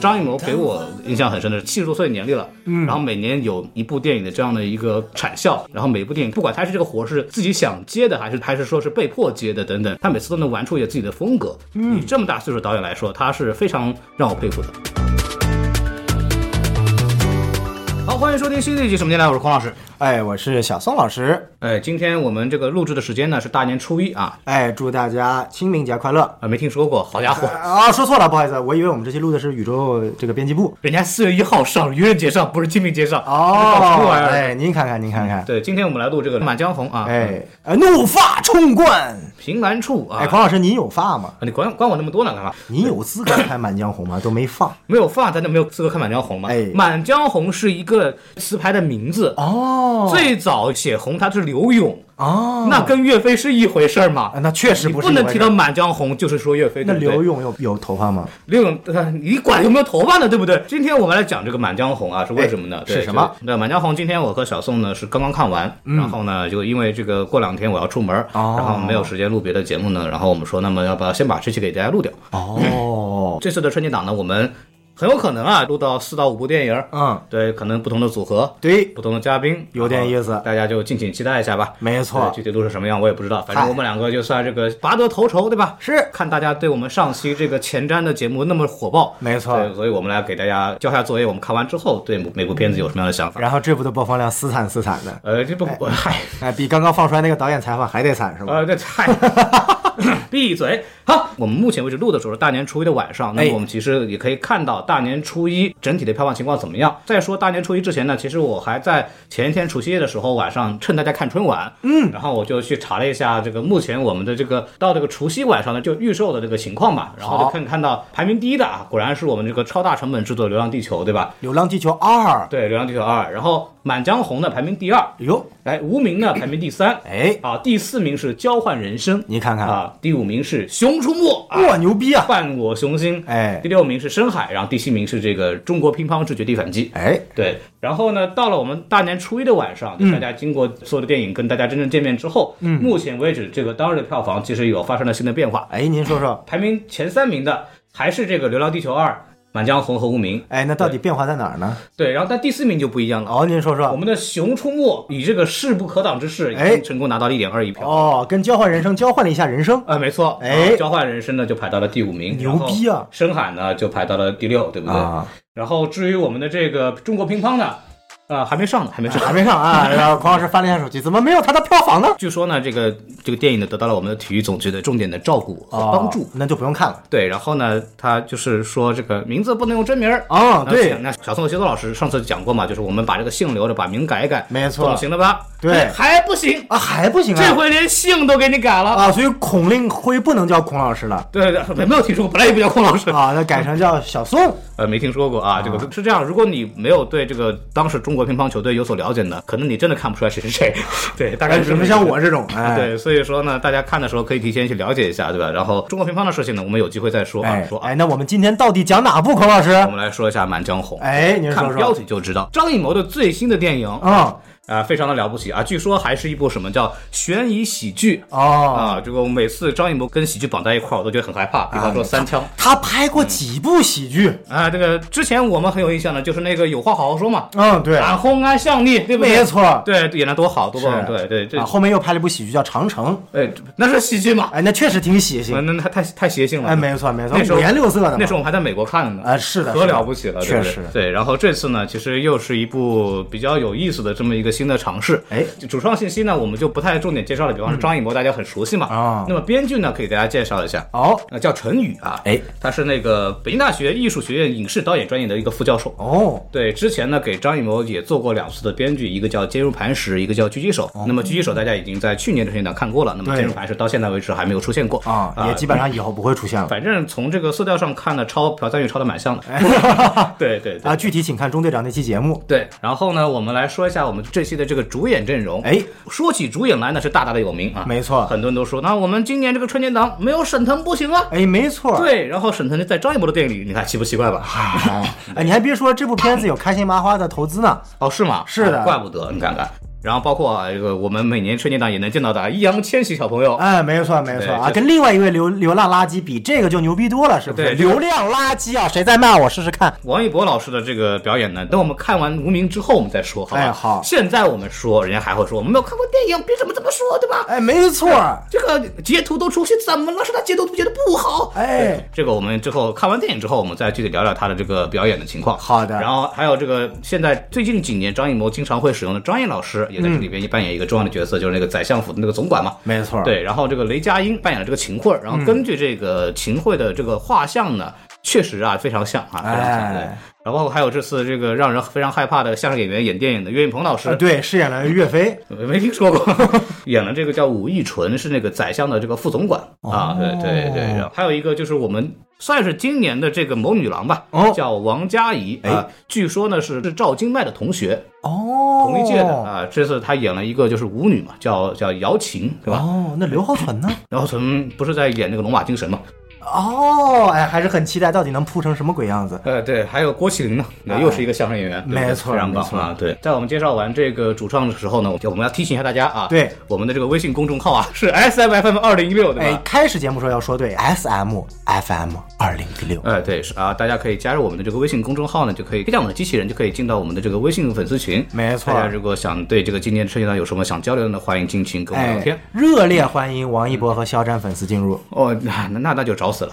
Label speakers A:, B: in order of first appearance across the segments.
A: 张艺谋给我印象很深的是七十多岁年龄了，然后每年有一部电影的这样的一个产效，然后每一部电影不管他是这个活是自己想接的，还是还是说是被迫接的等等，他每次都能玩出一些自己的风格。以这么大岁数的导演来说，他是非常让我佩服的。好，欢迎收听新的一集《什么年代》，我是孔老师。
B: 哎，我是小宋老师。
A: 哎，今天我们这个录制的时间呢是大年初一啊，
B: 哎，祝大家清明节快乐。
A: 啊没听说过，好家伙，
B: 啊，说错了，不好意思，我以为我们这期录的是宇宙这个编辑部。
A: 人家四月一号上，愚人节上，不是清明节上搞什么
B: 哦，
A: 玩意儿？
B: 哎，您看看，您看看，
A: 对，今天我们来录这个《满江红》啊，
B: 哎，呃怒发冲冠。
A: 凭栏处啊，
B: 哎，孔老师，您有发吗？
A: 啊你管管我那么多呢干嘛？
B: 您有资格看《满江红》吗？都没放。
A: 没有放，咱就没有资格看《满江红》嘛。
B: 哎
A: 满江红》是一个词牌的名字，
B: 哦
A: 最早写红它是刘永，
B: 哦，
A: 那跟岳飞是一回事儿吗
B: 啊？那确实
A: 你
B: 不是
A: 不能
B: 一回
A: 提
B: 事
A: 到《满江红》就是说岳飞。
B: 那
A: 对不对
B: 刘勇有有头发吗？
A: 刘勇，呃你管有没有头发呢，对不对？今天我们来讲这个《满江红》啊，是为什么呢？
B: 哎
A: 对
B: 是什么？嗯
A: 就那《满江红》今天我和小宋呢是刚刚看完，然后呢，就因为这个过两天我要出门，
B: 哦
A: 然后没有时间录别的节目呢，然后我们说，那么要不要先把这期给大家录掉？
B: 哦，
A: 这次的春节档呢，我们很有可能啊录到四到五部电影，
B: 嗯，
A: 对，可能不同的组合，
B: 对，
A: 不同的嘉宾，
B: 有点意思
A: 然后大家就敬请期待一下吧。
B: 没
A: 对
B: 错，
A: 具体录成什么样我也不知道，反正
B: 嗨
A: 我们两个就算这个拔得头筹，对吧？
B: 是
A: 看大家对我们上期这个前瞻的节目那么火爆，
B: 没错
A: 对，所以我们来给大家交下作业，我们看完之后对每部片子有什么样的想法？
B: 然后这部的播放量死惨死惨的，
A: 呃，这不，嗨，
B: 哎，比刚刚放出来那个导演采访还得惨是吧？
A: 呃，这太。 闭嘴！好，我们目前为止录的时候是大年初一的晚上，那么
B: 哎
A: 我们其实也可以看到大年初一整体的票房情况怎么样。再说大年初一之前呢，其实我还在前一天除夕夜的时候晚上，趁大家看春晚，嗯，然后我就去查了一下这个目前我们的这个到这个除夕晚上呢就预售的这个情况吧，然后就
B: 好
A: 看看到排名第一的啊，果然是我们这个超大成本制作的《流浪地球》，对吧？
B: 流浪地球二》
A: 对，《流浪地球二》，然后《满江红》呢排名第二，
B: 哟，
A: 来《无名》呢排名第三，
B: 哎，
A: 啊，第四名是《交换人生》，
B: 你看看，
A: 啊，第五名是《熊出没》啊，
B: 哇，牛逼啊！
A: 伴我雄心。
B: 哎
A: 第六名是《深海》，然后第七名是这个《中国乒乓之绝地反击》。
B: 哎，
A: 对，然后呢，到了我们大年初一的晚上，就大家经过所有的电影跟大家真正见面之后，嗯，目前为止这个当日的票房其实有发生了新的变化，
B: 哎，您说说，
A: 排名前三名的还是这个《流浪地球二》《满江红》和《无名》。
B: 哎，那到底变化在哪儿呢？
A: 对，然后但第四名就不一样了。
B: 哦，您说
A: 我
B: 说，
A: 们的《熊出没》以这个势不可挡之势，已
B: 哎
A: 经成功拿到了一点二亿票。
B: 哦，跟交换人生交换了一下人生，
A: 啊，没错，
B: 哎
A: 啊交换人生呢就排到了第五名，
B: 牛逼啊！
A: 深海呢就排到了第六，对不对？
B: 啊，
A: 然后至于我们的这个中国乒乓呢，啊，还没上呢，还没上。
B: 还没上啊。然后孔老师翻了一下手机，怎么没有他的票房呢？
A: 据说呢，这个这个电影呢得到了我们的体育总局的重点的照顾和
B: 哦
A: 帮助。，
B: 那就不用看了。
A: 对，然后呢，他就是说这个名字不能用真名儿。
B: 哦，
A: 那
B: 对
A: 行，那小宋和修多老师上次讲过嘛，就是我们把这个姓留着，把名改一改，
B: 没错
A: 总行了吧？哎
B: 对
A: 还不行，
B: 啊，还不行
A: 这
B: 啊。
A: 回连姓都给你改了。
B: 啊，所以孔令辉不能叫孔老师了
A: 对对对，没有听说过，本来也不叫孔老师。
B: 啊，那改成叫小宋。
A: 呃，没听说过啊，这个是这样。如果你没有对这个当时中国乒乓球队有所了解呢，可能你真的看不出来谁是谁。对，大概
B: 哎，
A: 是
B: 什
A: 这
B: 么
A: 个
B: 像
A: 意思。
B: 我这种，哎，
A: 对，所以说呢，大家看的时候可以提前去了解一下，对吧？然后中国乒乓的事情呢，我们有机会再说啊。
B: 哎
A: 说，啊，
B: 哎，那我们今天到底讲哪部？孔老师，
A: 我们来说一下《满江红》。
B: 哎，您
A: 看
B: 说
A: 标
B: 说。
A: 题就知道，张艺谋的最新的电影啊、
B: 啊，
A: 非常的了不起啊！据说还是一部什么叫悬疑喜剧
B: 哦，
A: 啊？这个每次张艺谋跟喜剧绑在一块儿，我都觉得很害怕。比方说《三枪》
B: 他拍过几部喜剧？
A: 啊，这个之前我们很有印象的，就是那个《有话好好说》嘛，
B: 嗯，对，
A: 俺红安啊向你，对不对？
B: 没错。
A: 对，演的多好，多棒！
B: 是
A: 对对，这
B: 啊，后面又拍了一部喜剧叫《长城》，
A: 哎，那是喜剧嘛？
B: 哎，那确实挺血
A: 那
B: 腥。
A: 那太太邪性了。
B: 哎，没错没错，
A: 那时候
B: 五颜六色的嘛。
A: 那时候我们还在美国看呢。
B: 啊，是的，
A: 可
B: 是的
A: 了不起了，对
B: 确
A: 不对
B: 实。
A: 对，然后这次呢，其实又是一部比较有意思的这么一个新的尝试。
B: 哎，嗯
A: 主创信息呢，我们就不太重点介绍了，比方说张艺谋，大家很熟悉嘛。
B: 啊
A: 那么编剧呢，可以给大家介绍一下，
B: 哦
A: 呃，叫陈宇啊，
B: 哎，
A: 他是那个北京大学艺术学院影视导演专业的一个副教授。
B: 哦，
A: 对，之前呢给张艺谋也做过两次的编剧，一个叫《坚如磐石》，一个叫《狙击手》。那么《狙击手》大家已经在去年的春节档看过了，那么《
B: 哦对
A: 坚如磐石》到现在为止还没有出现过
B: 啊，也基本上以后不会出现了
A: 反正从这个色调上看呢，抄朴赞玉抄的蛮像的。 对对对
B: 啊。具体请看中队长那期节目。
A: 对，然后呢，我们来说一下我们这期的这个主演阵容。
B: 哎，
A: 说起主演来呢，是大大的有名啊，
B: 没错
A: 很多人都说，那我们今年这个春节档没有沈腾不行啊。
B: 哎，没错。
A: 对，然后沈腾在张艺谋的电影里，你看奇不奇怪吧？
B: 啊哎哎，你还别说，这部片子有开心麻花的投资呢。
A: 哦，是吗？
B: 是的
A: 怪不得你看看。然后包括啊，这个我们每年春节档也能见到的易烊千玺小朋友，
B: 哎，没错没错
A: 对
B: 啊，
A: 这
B: 跟另外一位流流浪垃圾比，这个就牛逼多了，是不是？
A: 对这个
B: 流量垃圾啊，谁在骂我试试看？
A: 王一博老师的这个表演呢，等我们看完《无名》之后我们再说，好吧？
B: 哎好
A: 现在我们说，人家还会说我们没有看过电影，凭什么这么说，对吧？
B: 哎，没错，
A: 这个截图都出现，怎么了？是他截图截的不好？
B: 哎，
A: 这个我们之后看完电影之后，我们再具体聊聊他的这个表演的情况。
B: 好的
A: 然后还有这个现在最近几年张艺谋经常会使用的张译老师，也在这
B: 嗯
A: 里边扮演一个重要的角色，就是那个宰相府的那个总管嘛。
B: 没错，，
A: 对，然后这个雷佳音扮演了这个秦桧儿，
B: 嗯
A: 然后根据这个秦桧的这个画像呢，确实啊非常像啊，非常像。对
B: 哎，
A: 然后包括还有这次这个让人非常害怕的相声演员演电影的岳云鹏老师
B: 啊，对，饰演了岳飞，
A: 没没听说过， 演了这个叫武义纯，是那个宰相的这个副总管、
B: 哦
A: 啊，对对对，然后还有一个就是我们算是今年的这个某女郎吧，
B: 哦哎
A: 叫王佳怡啊，据说呢是是赵今麦的同学，
B: 哦，
A: 同一届的啊，这次她演了一个就是舞女嘛，叫叫姚琴，对吧？
B: 哦，那刘浩存呢？
A: 然后从不是在演那个龙马精神嘛，
B: 哦，哎，还是很期待，到底能铺成什么鬼样子？
A: 呃，对，还有郭麒麟呢，那又是一个相声演员，对
B: 啊没错
A: 非常棒
B: 没错
A: 啊！对，在我们介绍完这个主创的时候呢，我就我们要提醒一下大家啊，
B: 对
A: 我们的这个微信公众号啊是 S M F M 二零一六，对吧？
B: 哎，开始节目时候要说对，S M F M 二零一六，
A: 哎，对，是啊，大家可以加入我们的这个微信公众号呢，就可以推荐我们的机器人，就可以进到我们的这个微信粉丝群。
B: 没错
A: 大家如果想对这个今年春节档有什么想交流的呢，欢迎尽情跟我们
B: 哎
A: 聊天。，
B: 热烈欢迎王一博和肖战粉丝进入。
A: 哦，那那那就找死了。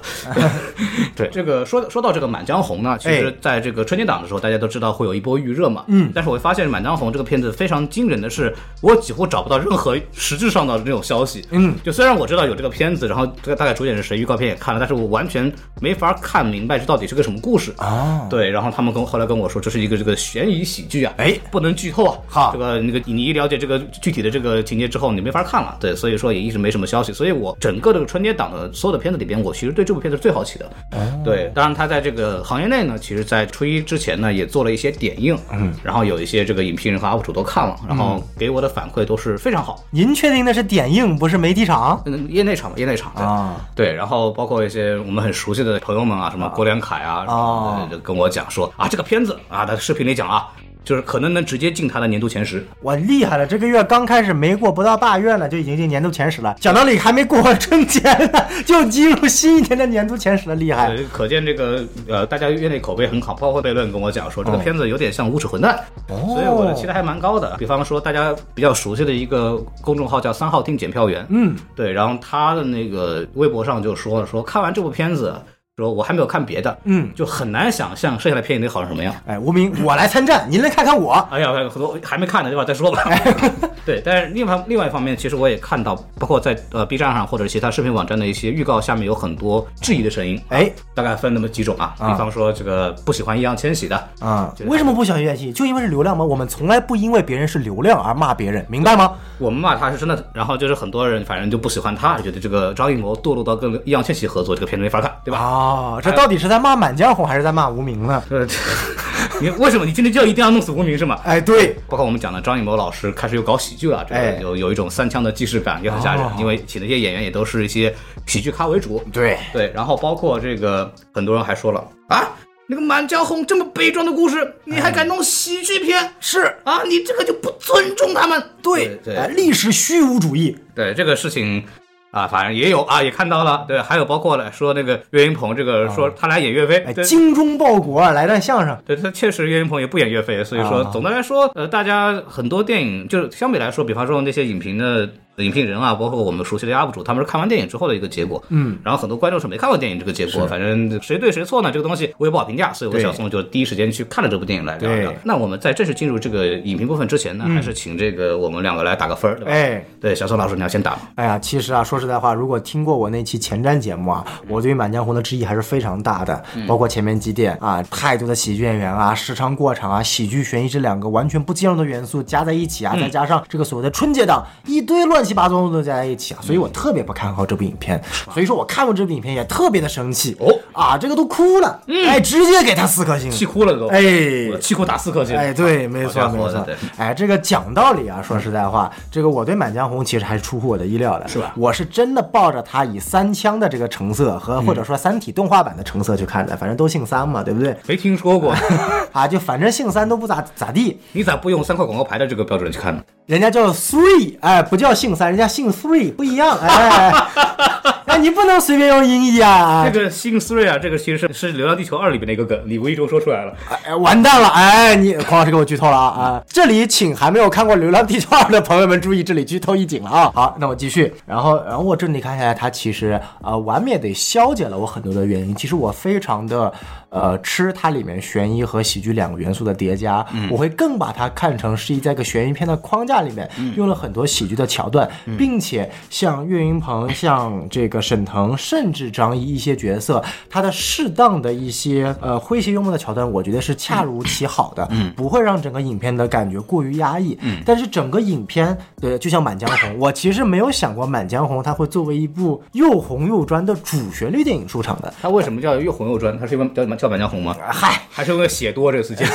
A: 对，这个说说到这个《满江红》呢，其实在这个春节档的时候，大家都知道会有一波预热嘛。哎嗯，但是我会发现《满江红》这个片子非常惊人的是，我几乎找不到任何实质上的这种消息。嗯，就虽然我知道有这个片子，然后这个大概主演是谁，预告片也看了，但是我完全没法看明白这到底是个什么故事啊。对，然后他们跟后来跟我说，这是一个这个悬疑喜剧啊，
B: 哎
A: 不能剧透啊。
B: 好
A: 这个那个你一了解这个具体的这个情节之后，你没法看了，对，所以说也一直没什么消息。所以我整个这个春节档的所有的片子里边，我其实对这部片子是最好奇的。对，当然他在这个行业内呢，其实在初一之前呢，也做了一些点映，嗯，然后有一些这个影评人和 UP 主都看了，然后给我的反馈都是非常好。
B: 您确定那是点映，不是媒体场
A: 嗯，业内场吧，业内场对
B: 啊？
A: 对，然后包括一些我们很熟悉的朋友们啊，什么郭连凯啊，什么的就跟我讲说啊，这个片子啊，他视频里讲啊，就是可能能直接进他的年度前十。
B: 我厉害了，这个月刚开始没过不到半月呢，就已经进年度前十了。讲道理还没过完春节呢， 就进入新一年的年度前十了，厉害！
A: 呃，可见这个呃，大家业内口碑很好，包括悖论跟我讲说这个片子有点像《无耻混蛋》所以我
B: 哦
A: 的期待还蛮高的。比方说大家比较熟悉的一个公众号叫三号厅检票员，嗯，对，然后他的那个微博上就说了，说看完这部片子，说我还没有看别的，嗯，就很难想象剩下的片子得好成什么样。
B: 哎，无名，我来参战，您来看看我。
A: 哎呀，很多还没看呢，一会儿再说吧。
B: 哎
A: 对，但是另外另外一方面，其实我也看到，包括在呃 B 站上或者其他视频网站的一些预告下面有很多质疑的声音，
B: 哎，
A: 大概分那么几种啊，比
B: 啊
A: 方说这个不喜欢易烊千玺的，
B: 啊、
A: 就是
B: 为什么不想怨气？就因为是流量吗？我们从来不因为别人是流量而骂别人，明白吗？
A: 我们骂他是真的，然后就是很多人反正就不喜欢他，觉得这个张艺谋堕落到跟易烊千玺合作，这个片子没法看，对吧？啊
B: 哦，这到底是在骂《满江红》还是在骂无名呢？
A: 呃，这你为什么你今天就一定要弄死无名 是吗？
B: 哎，对，
A: 包括我们讲的张艺谋老师开始又搞喜剧了，这
B: 哎
A: 个有有一种三腔的既视感，也很吓人
B: 哦，
A: 因为请的这些演员也都是一些喜剧咖为主，
B: 对，
A: 对，然后包括这个，很多人还说了啊，那个《满江红》这么悲壮的故事，你还敢弄喜剧片？是啊，你这个就不尊重他们。
B: 对，
A: 对
B: 哎历史虚无主义，
A: 对这个事情啊，反正也有啊，也看到了。对，还有包括了说那个岳云鹏，这个说他俩演岳飞，
B: 哎，
A: 对
B: 精忠报国，啊来段相声。
A: 对，他确实岳云鹏也不演岳飞，所以说
B: 啊
A: 总的来说，呃，大家很多电影就是相比来说，比方说那些影评的影评人啊，包括我们熟悉的 UP 主，他们是看完电影之后的一个结果。嗯，然后很多观众是没看过电影这个结果，反正谁对谁错呢，这个东西我也不好评价，所以我
B: 对
A: 小宋就第一时间去看了这部电影来聊一聊
B: 对。嗯
A: 那我们在正式进入这个影评部分之前呢，还是请这个我们两个来打个分儿，对吧？
B: 哎，
A: 对，小宋老师你要先打吗？
B: 哎呀，其实啊，说实在话，如果听过我那期前瞻节目啊，
A: 嗯
B: 我对于《满江红》的质疑还是非常大的，包括前面几点啊，太多的喜剧演员啊，时长过长啊，喜剧悬疑这两个完全不兼容的元素加在一起啊，
A: 嗯
B: 再加上这个所谓的春节档一堆乱七八糟
A: 嗯
B: 的东西加在一起啊，所以我特别不看好这部影片，所以说我看过这部影片也特别的生气
A: 哦嗯
B: 啊，这个都哭了，哎，直接给他四颗星，
A: 气哭了都，
B: 哎
A: 我气哭打四颗星，
B: 哎，对，没错
A: 好家伙
B: 没
A: 的
B: 错
A: 对。
B: 哎，这个讲道理啊，说实在话，这个我对《满江红》其实还是出乎我的意料的，
A: 是吧
B: 我是真的抱着它以三枪的这个成色和
A: 嗯
B: 或者说《三体》动画版的成色去看的，反正都姓三嘛，对不对？
A: 没听说过，
B: 啊，就反正姓三都不咋咋地，
A: 你咋不用三块广告牌的这个标准去看呢？
B: 人家叫 three，哎，不叫姓三，人家姓 three 不一样，哎， 哎，你不能随便用音译啊
A: 这，个星 three 啊，这个其实是是《流浪地球二》里边的一个梗，你无意中说出来了。
B: 哎，完蛋了！哎，你黄老师给我剧透了啊啊！这里请还没有看过《流浪地球二》的朋友们注意，这里剧透一警了啊！好，那我继续。然后，然后我这里看下来，它其实呃完美的消解了我很多的原因。其实我非常的呃吃它里面悬疑和喜剧两个元素的叠加，我会更把它看成是一在一个悬疑片的框架里面，用了很多喜剧的桥段，并且像岳云鹏、像这个沈腾，甚至张译一些角色，他的适当的一些呃诙谐幽默的桥段，我觉得是恰如其好的，不会让整个影片的感觉过于压抑。但是整个影片，对，就像《满江红》，我其实没有想过《满江红》它会作为一部又红又专的主旋律电影出场的。
A: 它为什么叫又红又专？它是因为叫叫满江红吗？
B: 嗨，
A: 还是因为血多这个事情？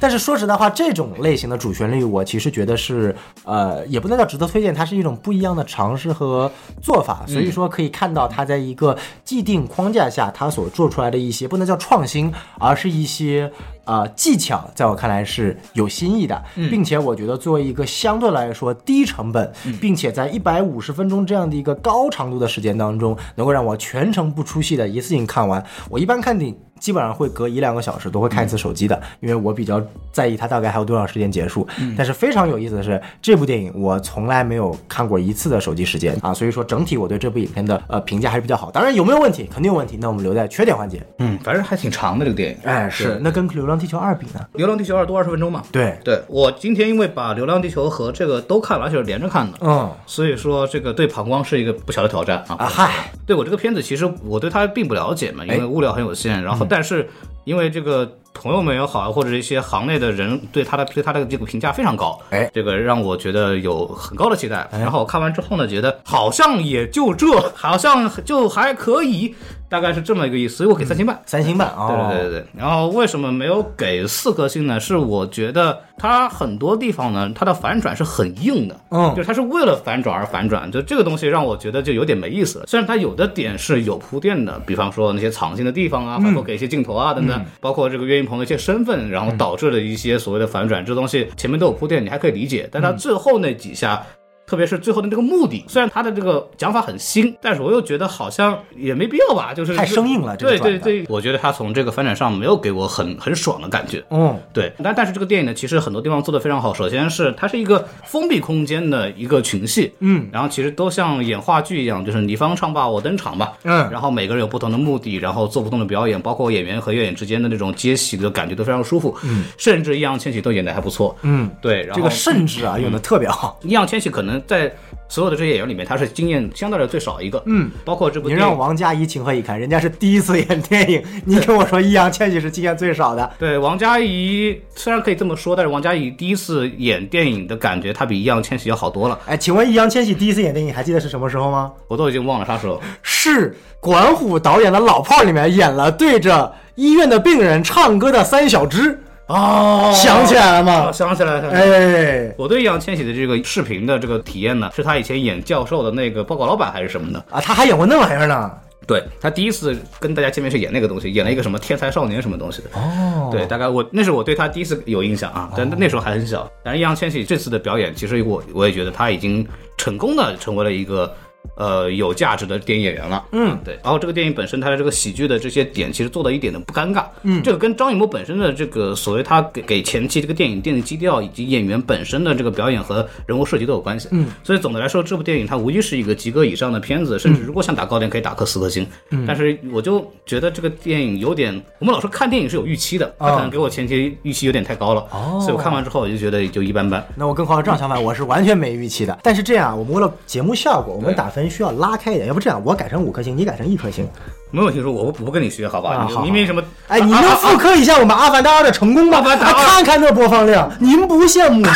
B: 但是说实在话，这种类型的主旋律，我其实觉得是，呃，也不能叫值得推荐，它是一种不一样的尝试和做法。所以说，可以看到它在一个既定框架下，它所做出来的一些不能叫创新，而是一些呃技巧，在我看来是有新意的，并且我觉得作为一个相对来说低成本，并且在一百五十分钟这样的一个高长度的时间当中，能够让我全程不出戏的一次性看完。我一般看电影。基本上会隔一两个小时都会看一次手机的，因为我比较在意它大概还有多长时间结束。
A: 嗯
B: 但是非常有意思的是，这部电影我从来没有看过一次的手机时间啊，所以说整体我对这部影片的呃评价还是比较好。当然有没有问题，肯定有问题，那我们留在缺点环节。
A: 嗯，反正还挺长的这个电影。
B: 哎，
A: 对
B: 是，那跟《流浪地球二》比呢？
A: 《流浪地球二》多二十分钟嘛。
B: 对，
A: 对我今天因为把《流浪地球》和这个都看了，而且是连着看的，
B: 嗯
A: 所以说这个对膀胱是一个不小的挑战啊。
B: 啊嗨，
A: 对我这个片子，其实我对它并不了解嘛，因
B: 哎
A: 为物料很有限。
B: 嗯
A: 然后，但是因为这个朋友们也好，啊或者一些行内的人对它的对它的这个评价非常高，
B: 哎
A: 这个让我觉得有很高的期待。然后我看完之后呢，觉得好像也就这，好像就还可以，大概是这么一个意思，所以我给三星半。
B: 三星半啊，
A: 对
B: 哦
A: 对对对，对然后为什么没有给四颗星呢？是我觉得它很多地方呢，它的反转是很硬的，
B: 嗯
A: 就是它是为了反转而反转，就这个东西让我觉得就有点没意思了。虽然它有的点是有铺垫的，比方说那些藏镜的地方啊，
B: 嗯
A: 包括给一些镜头啊等等，包括这个岳云鹏的一些身份，然
B: 嗯
A: 后导致了一些所谓的反转，这东西前面都有铺垫，你还可以理解，但
B: 嗯
A: 它最后那几下。特别是最后的那个目的，虽然他的这个讲法很新，但是我又觉得好像也没必要吧，就是
B: 太生硬了这个
A: 对
B: 转
A: 对
B: 的
A: 对，我觉得他从这个反转上没有给我很很爽的感觉。
B: 嗯，
A: 对，但但是这个电影呢，其实很多地方做的非常好。首先是它是一个封闭空间的一个群戏，嗯，然后其实都像演话剧一样，就是你方唱罢我登场吧，
B: 嗯
A: 然后每个人有不同的目的，然后做不同的表演，包括演员和演员之间的那种接戏的感觉都非常舒服，嗯，甚至易烊千玺都演的还不错，嗯，对，然后
B: 这个甚至啊用的特别好，
A: 易烊千玺可能在所有的这些演员里面，他是经验相对来说最少一个，嗯，包括这部
B: 你
A: 电
B: 让
A: 影。
B: 王佳怡情何以堪？人家是第一次演电影，你跟我说易烊千玺是经验最少的，
A: 对王佳怡，虽然可以这么说，但是王佳怡第一次演电影的感觉，她比易烊千玺要好多了。
B: 哎，请问易烊千玺第一次演电影还记得是什么时候吗？
A: 我都已经忘了啥时候。
B: 是管虎导演的《老炮儿》里面演了对着医院的病人唱歌的三小只，
A: 哦
B: 想起来了吗？
A: 想起来了。哎
B: 哎，
A: 我对易烊千玺的这个视频的这个体验呢，是他以前演教授的那个报告老板还是什么的？
B: 啊，他还演过那玩意儿呢。
A: 对他第一次跟大家见面是演那个东西，演了一个什么天才少年什么东西的。哦，对，大概我那是我对他第一次有印象啊，但那时候还很小。但是易烊千玺这次的表演，其实我我也觉得他已经成功的成为了一个。呃，有价值的电影演员了，嗯，对。然后这个电影本身，它的这个喜剧的这些点，其实做的一点都不尴尬，嗯，这个跟张艺谋本身的这个所谓他给给前期这个电影奠定基调，以及演员本身的这个表演和人物设计都有关系，嗯。所以总的来说，这部电影它无疑是一个及格以上的片子，甚至如果想打高点，可以打个四颗星，嗯。但是我就觉得这个电影有点，我们老说看电影是有预期的，他可能给我前期预期有点太高了，哦，所以我看完之后我就觉得就一般般，
B: 那我跟黄老师正好相反，我是完全没预期的。但是这样，我们为了节目效果，我们打分需要拉开一点，要不这样，我改成五颗星，你改成一颗星，
A: 没问题，说我不我不跟你学，好吧？
B: 啊
A: 你
B: 好
A: 明明什么？ 啊
B: 哎，你能复刻一下我们《阿凡达二》的成功吗？
A: 阿凡达
B: 哎
A: 二
B: 看看那播放量，您不羡慕吗？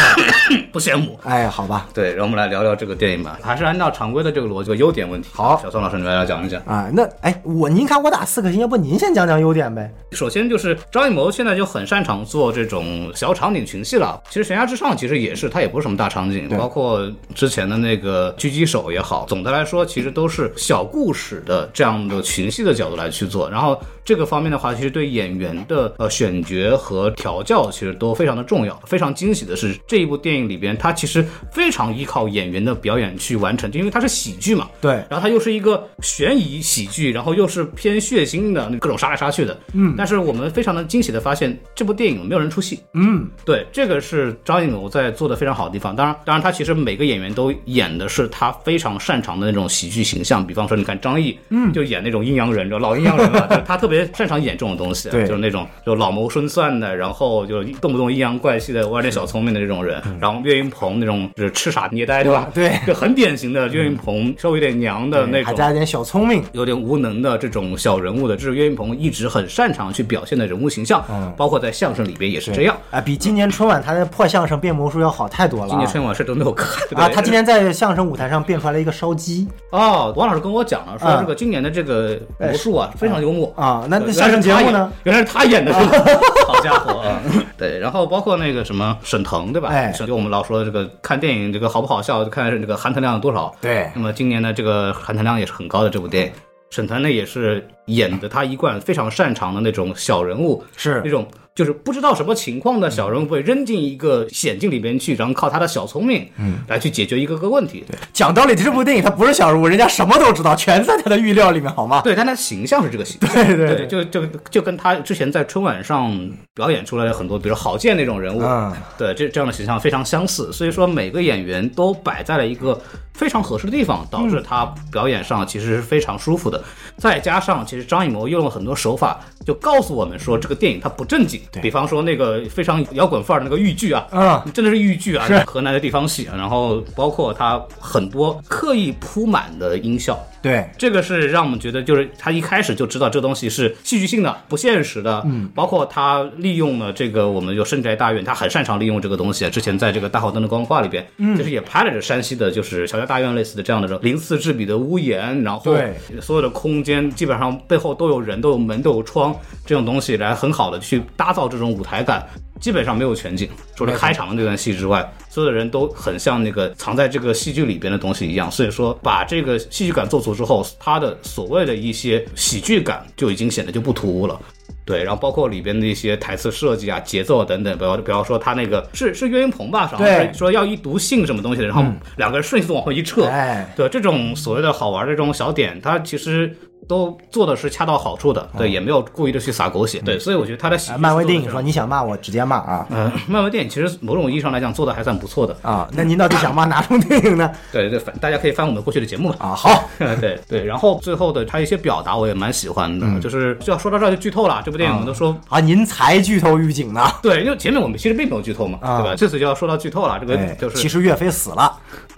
A: 不羡慕。
B: 哎，好吧，
A: 对，然后我们来聊聊这个电影吧，还是按照常规的这个逻辑和优点问题。
B: 好
A: 小宋老师，你来来讲一讲。
B: 啊，那哎，我您看我打四颗星，要不您先讲讲优点呗？
A: 首先就是张艺谋现在就很擅长做这种小场景群戏了。其实《悬崖之上》其实也是，它也不是什么大场景，包括之前的那个《狙击手》也好，总的来说其实都是小故事的这样的群戏的角度来去做。然后这个方面的话，其实对演员的呃选角和调教其实都非常的重要。非常惊喜的是，这一部电影里边，它其实非常依靠演员的表演去完成，就因为它是喜剧嘛，
B: 对，
A: 然后它又是一个悬疑喜剧，然后又是偏血腥的，各种杀来杀去的。嗯，但是我们非常的惊喜的发现，这部电影没有人出戏。
B: 嗯，
A: 对，这个是张艺谋在做的非常好的地方。当然，当然他其实每个演员都演的是他非常擅长的那种喜剧形象。比方说，你看张译，嗯，就演那种阴阳人，就老阴阳人 了，就他特别擅长演这种东西，
B: 对
A: 就是那种就老谋深算的，然后就动不动阴阳怪气的，玩点小聪明的这种人。
B: 嗯
A: 然后岳云鹏那种就是吃傻捏呆，对吧？
B: 对嗯
A: 就很典型的岳云鹏，稍微有点娘的呃那
B: 还
A: 种。
B: 加点小聪明，
A: 有点无能的这种小人物的，这是岳云鹏一直很擅长去表现的人物形象，
B: 嗯
A: 包括在相声里边也是这样。
B: 啊，比今年春晚他的破相声变魔术要好太多了啊。
A: 今年春晚是都没有看对
B: 啊，他今年在相声舞台上变出来了一个烧鸡
A: 哦，王老师跟我讲了，说
B: 嗯哎
A: 这个今年的这个魔术啊非常幽默
B: 啊，那那
A: 对
B: 相声节目呢？？
A: 原来是他演原来是他演的，是吧 好家伙啊！对，然后包括那个什么沈腾，对吧？
B: 哎
A: 沈就我们老说的这个看电影这个好不好笑，就看这个含糖量有多少。
B: 对
A: 那么今年的这个含糖量也是很高的这部电影。沈腾呢也是演的他一贯非常擅长的那种小人物，那
B: 是嗯
A: 种就是不知道什么情况的小人物被扔进一个险境里边去，然后靠他的小聪明，嗯，来去解决一个个问题。
B: 讲道理，这部电影它不是小人物，人家什么都知道，全在他的预料里面，好吗？
A: 对，但他形象是这个形象。
B: 对
A: 对对，就就就跟他之前在春晚上表演出来的很多，比如郝建那种人物，
B: 嗯
A: 对这这样的形象非常相似。所以说每个演员都摆在了一个非常合适的地方，导致他表演上其实是非常舒服的。再加上其实张艺谋用了很多手法，就告诉我们说这个电影它不正经。比方说那个非常摇滚范儿的那个豫剧啊，
B: 嗯，
A: 真的是豫剧啊，河南的地方戏啊，然后包括他很多刻意铺满的音效。
B: 对，
A: 这个是让我们觉得，就是他一开始就知道这东西是戏剧性的、不现实的。嗯，包括他利用了这个，我们有深宅大院，他很擅长利用这个东西。之前在这个《大好灯的光化》里边，嗯，就是也拍了这山西的，就是小家大院类似的这样的鳞次栉比的屋檐，然后
B: 对
A: 所有的空间基本上背后都有人、都有门、都有窗这种东西，来很好的去打造这种舞台感。基本上没有全景，除了开场的那段戏之外，所有的人都很像那个藏在这个戏剧里边的东西一样。所以说，把这个戏剧感做足之后，它的所谓的一些喜剧感就已经显得就不突兀了。对，然后包括里边的一些台词设计啊、节奏啊等等，不要不要说他那个是是岳云鹏吧，好像
B: 对
A: 是说要一读信什么东西的，然后两个人迅速往后一撤，
B: 哎，
A: 对这种所谓的好玩的这种小点，它其实都做的是恰到好处的，对，也没有故意的去撒狗血，对，所以我觉得他的喜剧
B: 啊漫威
A: 做得
B: 电影
A: 非
B: 说
A: 常
B: 你想骂我直接骂啊
A: 呃， 漫威电影其实某种意义上来讲做的还算不错的，
B: 啊，那您到底想骂哪种电影呢？
A: 对对，反大家可以翻我们过去的节目嘛。
B: 啊，好，
A: 对对，然后最后的他一些表达我也蛮喜欢的，就是就要说到这儿就剧透了，这部电影我们都说。
B: 啊，您才剧透预警呢，
A: 对，因为前面我们其实并没有剧透嘛，
B: 啊
A: 对吧？这次就要说到剧透了，这个
B: 哎，
A: 就是、
B: 其实岳飞死了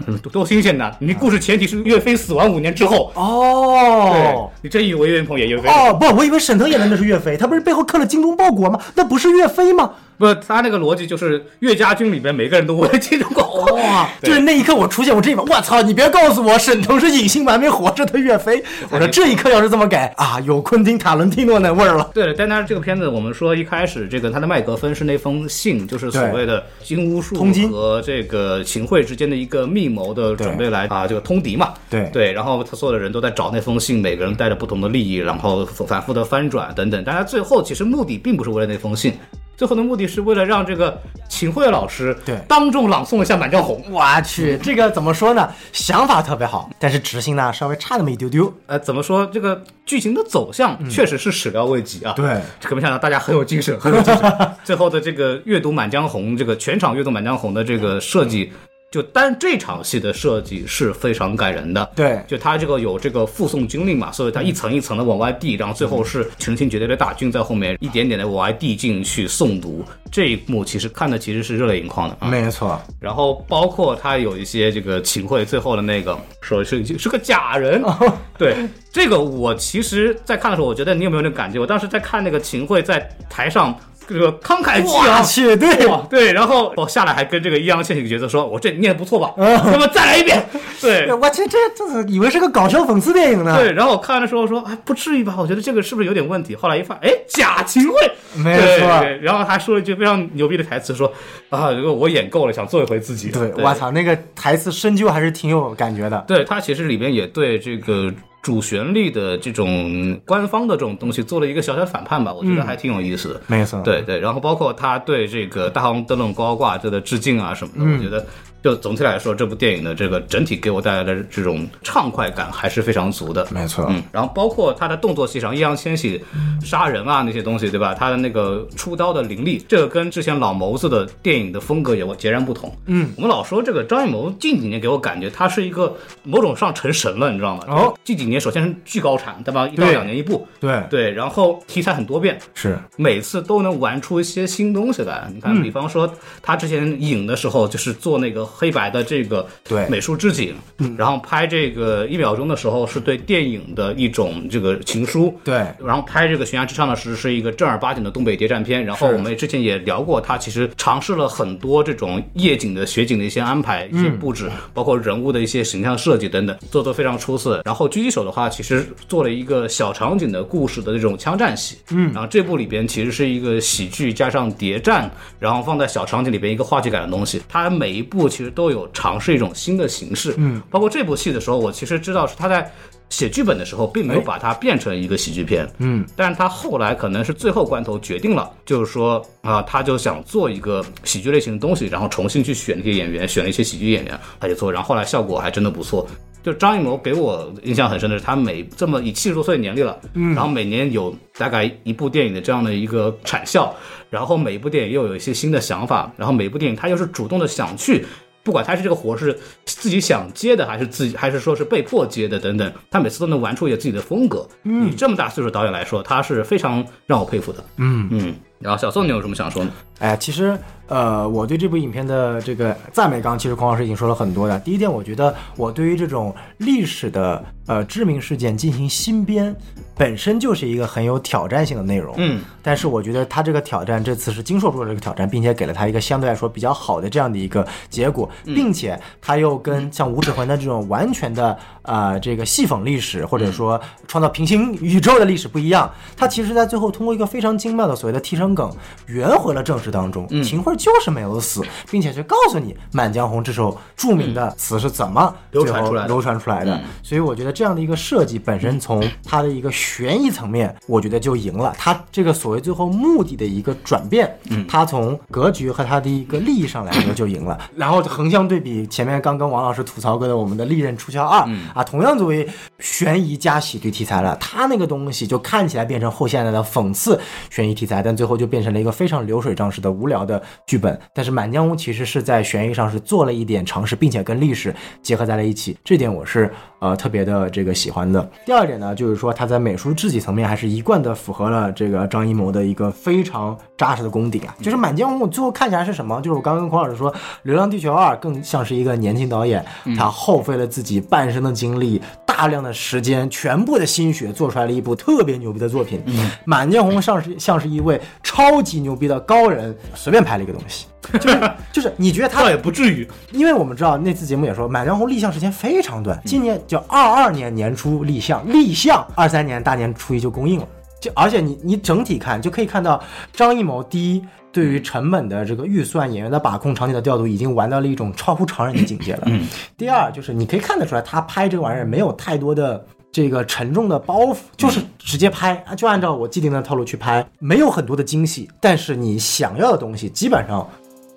A: 嗯多多新鲜呐！你故事前提是岳飞死亡五年之后，
B: 哦
A: 对。你真以为岳云鹏演岳飞？
B: 哦，不，我以为沈腾演的那是岳飞，他不是背后刻了精忠报国吗？那不是岳飞吗？
A: 不，他那个逻辑就是岳家军里边每个人都为了这种狗。
B: 哇！
A: 对
B: 就是那一刻我出现，我这一秒，我操！你别告诉我沈腾是隐姓埋名活着的岳飞。我说这一刻要是这么改啊，有昆汀塔伦蒂诺那味儿了。
A: 对了，但当然这个片子我们说一开始这个它的麦格芬是那封信，就是所谓的金巫术
B: 通缉
A: 和这个秦桧之间的一个密谋的准备来啊，这个通敌嘛。
B: 对
A: 对，然后他所有的人都在找那封信，每个人带着不同的利益，然后反复的翻转等等。大家最后其实目的并不是为了那封信。最后的目的是为了让这个秦桧老师
B: 对
A: 当众朗诵一下《满江红》。
B: 我去，这个怎么说呢？想法特别好，但是执行呢稍微差那么一丢丢。
A: 呃，怎么说这个剧情的走向确实是始料未及啊。
B: 对，
A: 可没想到大家很有精 神，很有精神。最后的这个阅读《满江红》，这个全场阅读《满江红》的这个设计。就单这场戏的设计是非常感人的，
B: 对
A: 就他这个有这个附送军令嘛，所以他一层一层的往外递，然后最后是成群结队的大军在后面一点点的往外递进去诵读。这一幕其实看的其实是热泪盈眶的啊。
B: 没错，
A: 然后包括他有一些这个秦桧最后的那个说是是个假人，
B: 哦
A: 对这个我其实，在看的时候，我觉得你有没有那种感觉？我当时在看那个秦桧在台上这个慷慨激
B: 哇
A: 昂，
B: 哎去对
A: 哇， 对，然后我下来还跟这个易烊千玺角色说，我这念的不错吧？ 那么再来一遍，对。
B: 嗯我去，这这是以为是个搞笑讽刺电影呢。
A: 对，然后我看完的时候说，哎，不至于吧？我觉得这个是不是有点问题？后来一看，哎，假秦桧，
B: 没
A: 对
B: 错
A: 对然后还说了一句非常牛逼的台词，说啊，如果我演够了，想做一回自己。啊
B: 对，我操，那个台词深究还是挺有感觉的。
A: 对，它其实里边也对这个主旋律的这种官方的这种东西做了一个小小反叛吧，我觉得还挺有意思的。
B: 嗯没错，，
A: 对对，然后包括他对这个大红灯笼高挂这个致敬啊什么的，我
B: 嗯
A: 觉得就总体来说，这部电影的这个整体给我带来的这种畅快感还是非常足的。
B: 没错，
A: 嗯，然后包括他的动作戏上，易烊千玺杀人啊那些东西，对吧？他的那个出刀的凌厉，这个跟之前老谋子的电影的风格也截然不同。嗯，我们老说这个张艺谋近几年给我感觉他是一个某种上成神了，你知道吗？
B: 哦，
A: 近几年首先是巨高产，对吧？一到
B: 对
A: 两年一部，
B: 对，
A: 对，然后题材很多变，
B: 是，
A: 每次都能玩出一些新东西来。你看，比方说他之前影的时候，就是做那个黑白的这个
B: 对
A: 美术置景，然后拍这个一秒钟的时候，是对电影的一种这个情书。
B: 对，
A: 然后拍这个《悬崖之上》的时候是一个正儿八经的东北谍战片。然后
B: 是
A: 我们之前也聊过，他其实尝试了很多这种夜景的雪景的一些安排、一些布置，包括人物的一些形象设计等等，做得非常出色。然后《狙击手》的话，其实做了一个小场景的故事的这种枪战戏。嗯，然后这部里边其实是一个喜剧加上谍战，然后放在小场景里边一个话剧感的东西。它每一部其实都有尝试一种新的形式。嗯，包括这部戏的时候，我其实知道是他在。写剧本的时候，并没有把它变成一个喜剧片，哎嗯，但是他后来可能是最后关头决定了，就是说啊，他就想做一个喜剧类型的东西，然后重新去选一些演员，选了一些喜剧演员，他就做，然后后来效果还真的不错。就张艺谋给我印象很深的是，他每这么以七十多岁年龄了，嗯，然后每年有大概一部电影的这样的一个产效，然后每一部电影又有一些新的想法，然后每一部电影他又是主动的想去不管他是这个活是自己想接的，还是自己，还是说是被迫接的等等，他每次都能玩出一些自己的风格。嗯，以这么大岁数的导演来说，他是非常让我佩服的。嗯嗯。然后小宋，你有什么想说的？
B: 哎，其实，呃，我对这部影片的这个赞美，刚刚其实孔老师已经说了很多了。第一点，我觉得我对于这种历史的呃知名事件进行新编，本身就是一个很有挑战性的内容。
A: 嗯，
B: 但是我觉得他这个挑战这次是经受住了这个挑战，并且给了他一个相对来说比较好的这样的一个结果，
A: 嗯
B: 并且他又跟像《无耻混蛋》这种完全的呃这个戏讽历史或者说
A: 嗯
B: 创造平行宇宙的历史不一样，他其实在最后通过一个非常精妙的所谓的替身梗圆回了正史当中，
A: 嗯
B: 秦桧就是没有死，并且去告诉你《满江红》这首著名的词是怎么
A: 嗯流
B: 最
A: 传
B: 后
A: 出来的
B: 流传出来的。所以我觉得这样的一个设计本身，从它的一个悬疑层面，我觉得就赢了。它这个所谓最后目的的一个转变，它从格局和它的一个利益上来说就赢了。然后横向对比前面刚跟王老师吐槽过的我们的《利刃出鞘二》啊，同样作为悬疑加喜剧题材了，它那个东西就看起来变成后现代的讽刺悬疑题材，但最后就变成了一个非常流水账式的无聊的剧本。但是《满江红》其实是在悬疑上是做了一点尝试，并且跟历史结合在了一起，这点我是呃特别的这个喜欢的。第二点呢，就是说它在美术质地层面还是一贯的符合了这个张艺谋的一个非常扎实的功底啊。就是《满江红》，我最后看起来是什么？就是我刚刚跟孔老师说，《流浪地球二》更像是一个年轻导演，他耗费了自己半生的精力、大量的时间、全部的心血，做出来了一部特别牛逼的作品。满江红》像是像是一位超级牛逼的高人随便拍了一个东西，就是就是你觉得他
A: 倒也不至于。
B: 因为我们知道那次节目也说，满江红立项时间非常短，今年就二二年年初立项，立项二三年大年初一就公映了。就而且你你整体看就可以看到，张艺谋第一对于成本的这个预算、演员的把控、场景的调度，已经玩到了一种超乎常人的境界了。第二就是你可以看得出来，他拍这个玩意儿没有太多的。这个沉重的包袱就是直接拍，啊就按照我既定的套路去拍，没有很多的惊喜，但是你想要的东西基本上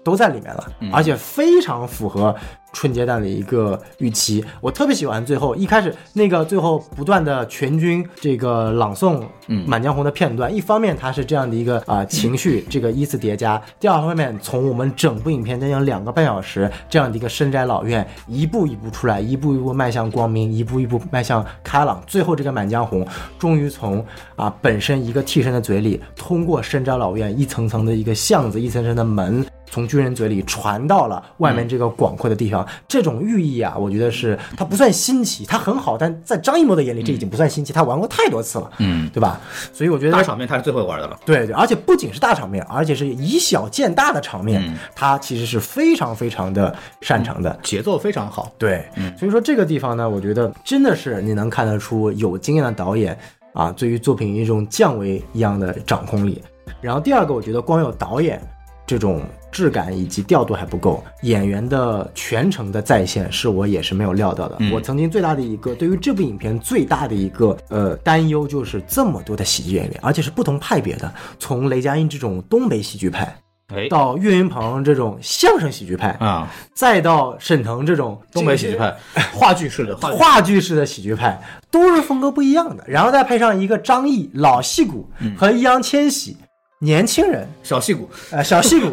B: 都在里面了，而且非常符合春节档的一个预期。我特别喜欢最后一开始那个最后不断的全军这个朗诵《满江红》的片段，一方面它是这样的一个啊、呃情绪这个依次叠加，第二方面从我们整部影片将近两个半小时这样的一个深宅老院一步一步出来，一步一步迈向光明，一步一步迈向开朗，最后这个《满江红》终于从啊本身一个替身的嘴里，通过深宅老院一层层的一个巷子，一层层的门。从军人嘴里传到了外面这个广阔的地方，这种寓意啊，我觉得是它不算新奇，它很好，但在张艺谋的眼里，这已经不算新奇，他玩过太多次了，嗯，对吧？所以我觉得
A: 大场面他是最会玩的了。
B: 对对，而且不仅是大场面，而且是以小见大的场面，他其实是非常非常的擅长的。
A: 节奏非常好，
B: 对，
A: 嗯
B: 所以说这个地方呢，我觉得真的是你能看得出有经验的导演啊，对于作品一种降维一样的掌控力。然后第二个，我觉得光有导演这种质感以及调度还不够，演员的全程的在线是我也是没有料到的。
A: 嗯
B: 我曾经最大的一个对于这部影片最大的一个呃担忧就是这么多的喜剧演员，而且是不同派别的，从雷佳音这种东北喜剧派。
A: 哎，
B: 到岳云鹏这种相声喜剧派，
A: 啊，
B: 再到沈腾这种
A: 东北喜剧派，话剧式的话剧
B: 话剧式的喜剧派都是风格不一样的，然后再配上一个张译老戏骨和易烊千玺年轻人，
A: 小戏骨，
B: 呃小戏骨，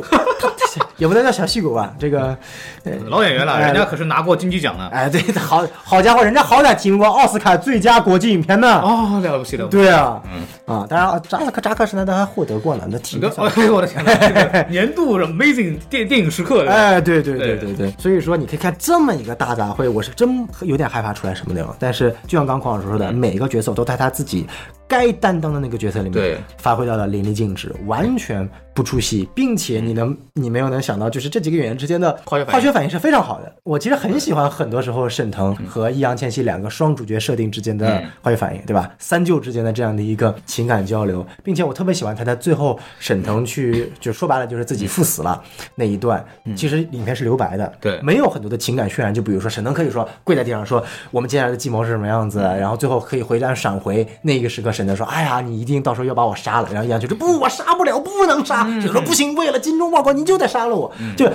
B: 也不能叫小戏骨吧，这个，
A: 老演员了，人家可是拿过金鸡奖的。
B: 哎对，好好家伙，人家好歹提名过奥斯卡最佳国际影片呢，
A: 哦，了不起了不起。
B: 对啊，啊，当然啊扎克扎克什奈德还获得过呢，那提名
A: 你的哎呦我的天 哪！这个年度 amazing 电电影时刻，
B: 哎，对对对
A: 对
B: 对对，所以说你可以看这么一个大杂烩，我是真有点害怕出来什么内容。但是就像刚孔老师说
A: 嗯
B: 的，每一个角色都在他自己该担当的那个角色里
A: 对
B: 面发挥到了淋漓尽致，完全不出戏，并且你能你没有能想到，就是这几个演员之间的
A: 化学嗯反应
B: 化学反应是非常好的。我其实很喜欢，很多时候沈腾和易烊千玺两个双主角设定之间的化学反应，对吧？三舅之间的这样的一个情感交流，并且我特别喜欢他在最后沈腾去就说白了就是自己赴死了那一段，其实影片是留白的，
A: 对
B: 没有很多的情感渲染。就比如说沈腾可以说跪在地上说我们接下来的计谋是什么样子，啊然后最后可以回来闪回那个时刻，沈腾说哎呀你一定到时候要把我杀了，然后易烊千玺说不我杀不了，不能杀，沈腾说不行，为了精忠报国你就得杀了我，就。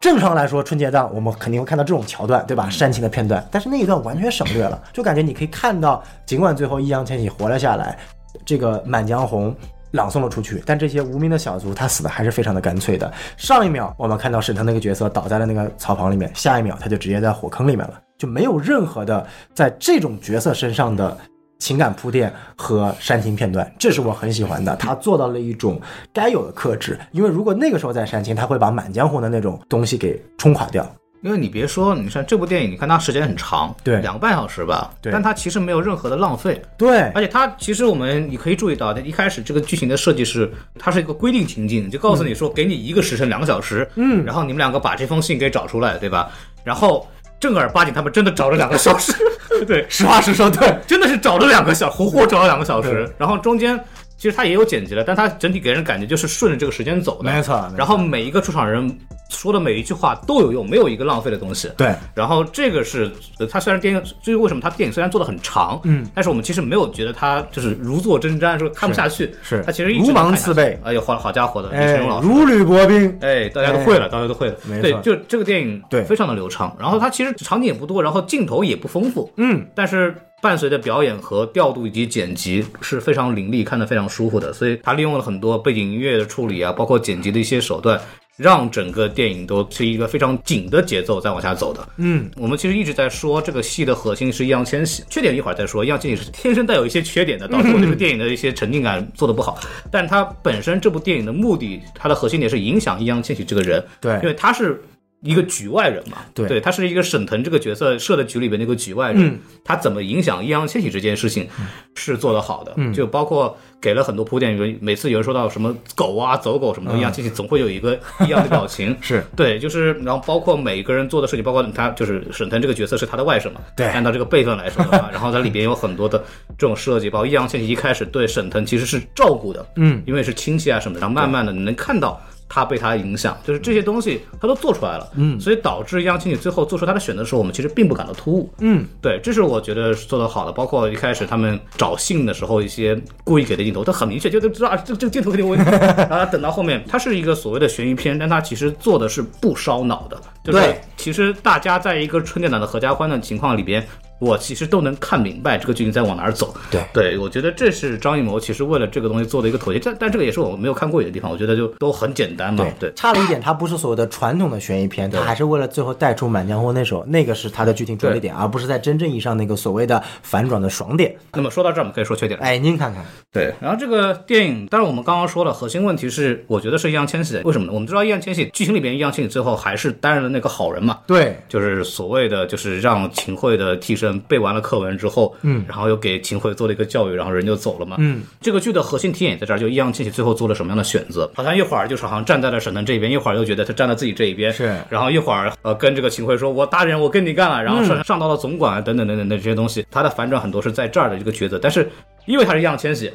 B: 正常来说，春节档我们肯定会看到这种桥段，对吧？煽情的片段，但是那一段完全省略了，就感觉你可以看到，尽管最后易烊千玺活了下来，这个《满江红》朗诵了出去，但这些无名的小卒他死的还是非常的干脆的。上一秒我们看到沈腾那个角色倒在了那个草房里面，下一秒他就直接在火坑里面了，就没有任何的在这种角色身上的情感铺垫和煽情片段，这是我很喜欢的。他做到了一种该有的克制，因为如果那个时候再煽情，他会把《满江红》的那种东西给冲垮掉。
A: 因为你别说，你像这部电影，你看它时间很长，
B: 对
A: 两个半小时吧，
B: 对哎
A: 但它其实没有任何的浪费，
B: 对
A: 而且它其实我们你可以注意到，它一开始这个剧情的设计是，它是一个规定情境，就告
B: 嗯
A: 诉你说，给你一个时辰两个小时，嗯，然后你们两个把这封信给找出来，对吧？然后正儿八经他们真的找了两个小时， 对，
B: 实话实说，对，
A: 真的是找了两个小，活活找了两个小时，然后中间。其实它也有剪辑了，但它整体给人感觉就是顺着这个时间走的，
B: 没错没错
A: 然后每一个出场人说的每一句话都有用，没有一个浪费的东西。
B: 对，
A: 然后这个是呃它虽然电影，至于为什么它电影虽然做的很长，嗯，但是我们其实没有觉得它就是如坐针毡，说看不下去，
B: 是
A: 它其实一直
B: 如芒
A: 能看下
B: 刺背
A: 去哎呦，好好家伙的，李
B: 哎
A: 成儒老，师。
B: 如履薄冰。
A: 哎，大家都会了，大家都会了。
B: 没
A: 对，
B: 错
A: 就这个电影，
B: 对
A: 非常的流畅。然后它其实场景也不多，然后镜头也不丰富，嗯，但是伴随着表演和调度以及剪辑是非常凌厉，看得非常舒服的。所以它利用了很多背景音乐的处理啊，包括剪辑的一些手段。让整个电影都是一个非常紧的节奏在往下走的。嗯，我们其实一直在说这个戏的核心是易烊千玺，缺点一会儿再说。易烊千玺是天生带有一些缺点的，导致我这个电影的一些沉浸感做得不好。但它本身这部电影的目的，它的核心点是影响易烊千玺这个人，
B: 对
A: 因为他是一个局外人嘛，
B: 对嗯
A: 他是一个沈腾这个角色设的局里边的一个局外人，他怎么影响易烊千玺这件事情是做得好的，
B: 嗯
A: 就包括给了很多铺垫，有每次有人说到什么狗啊、走狗什
B: 嗯
A: 么的，易烊千玺总会有一个异样的表情，
B: 是
A: 对，就是然后包括每个人做的事情，包括他就是沈腾这个角色是他的外甥嘛，
B: 对
A: 按照这个辈分来说的话， 然后它里边有很多的这种设计，包括易烊千玺一开始对沈腾其实是照顾的，嗯，因为是亲戚啊什么的，然后慢慢的你能看到他被他影响，就是这些东西他都做出来了，嗯，所以导致央青你最后做出他的选择的时候，我们其实并不感到突兀，
B: 嗯，
A: 对，这是我觉得做的好的。包括一开始他们找信的时候，一些故意给的镜头，他很明确就都知道啊，这这个镜头肯定有问题。然后等到后面，它是一个所谓的悬疑片，但它其实做的是不烧脑的，就是
B: 对
A: 其实大家在一个春节档的合家欢的情况里边。我其实都能看明白这个剧情在往哪儿走，
B: 对
A: 对，我觉得这是张艺谋其实为了这个东西做的一个妥协，但但这个也是我没有看过瘾的地方，我觉得就都很简单嘛，嗯对，
B: 差了一点，它不是所谓的传统的悬疑片，它还是为了最后带出《满江红》那首，那个是它的剧情着力点，而不是在真正意义上那个所谓的反转的爽点。
A: 那么说到这儿，我们可以说缺点了。
B: 哎，您看看，
A: 对，然后这个电影，当然我们刚刚说了，核心问题是，我觉得是易烊千玺，为什么呢？我们知道易烊千玺剧情里边，易烊千玺最后还是担任了那个好人嘛，
B: 对，
A: 就是所谓的就是让秦桧的替身背完了课文之后，嗯，然后又给秦桧做了一个教育，然后人就走了嘛，嗯，这个剧的核心体验也在这儿，就易烊千玺最后做了什么样的选择，好像一会儿就是好像站在了沈腾这边，一会儿又觉得他站在自己这一边，
B: 是
A: 然后一会儿呃跟这个秦桧说，我大人我跟你干了，然后上、上到了总管啊等等等等的这些东西，他的反转很多是在这儿的这个抉择，但是因为他是易烊千玺。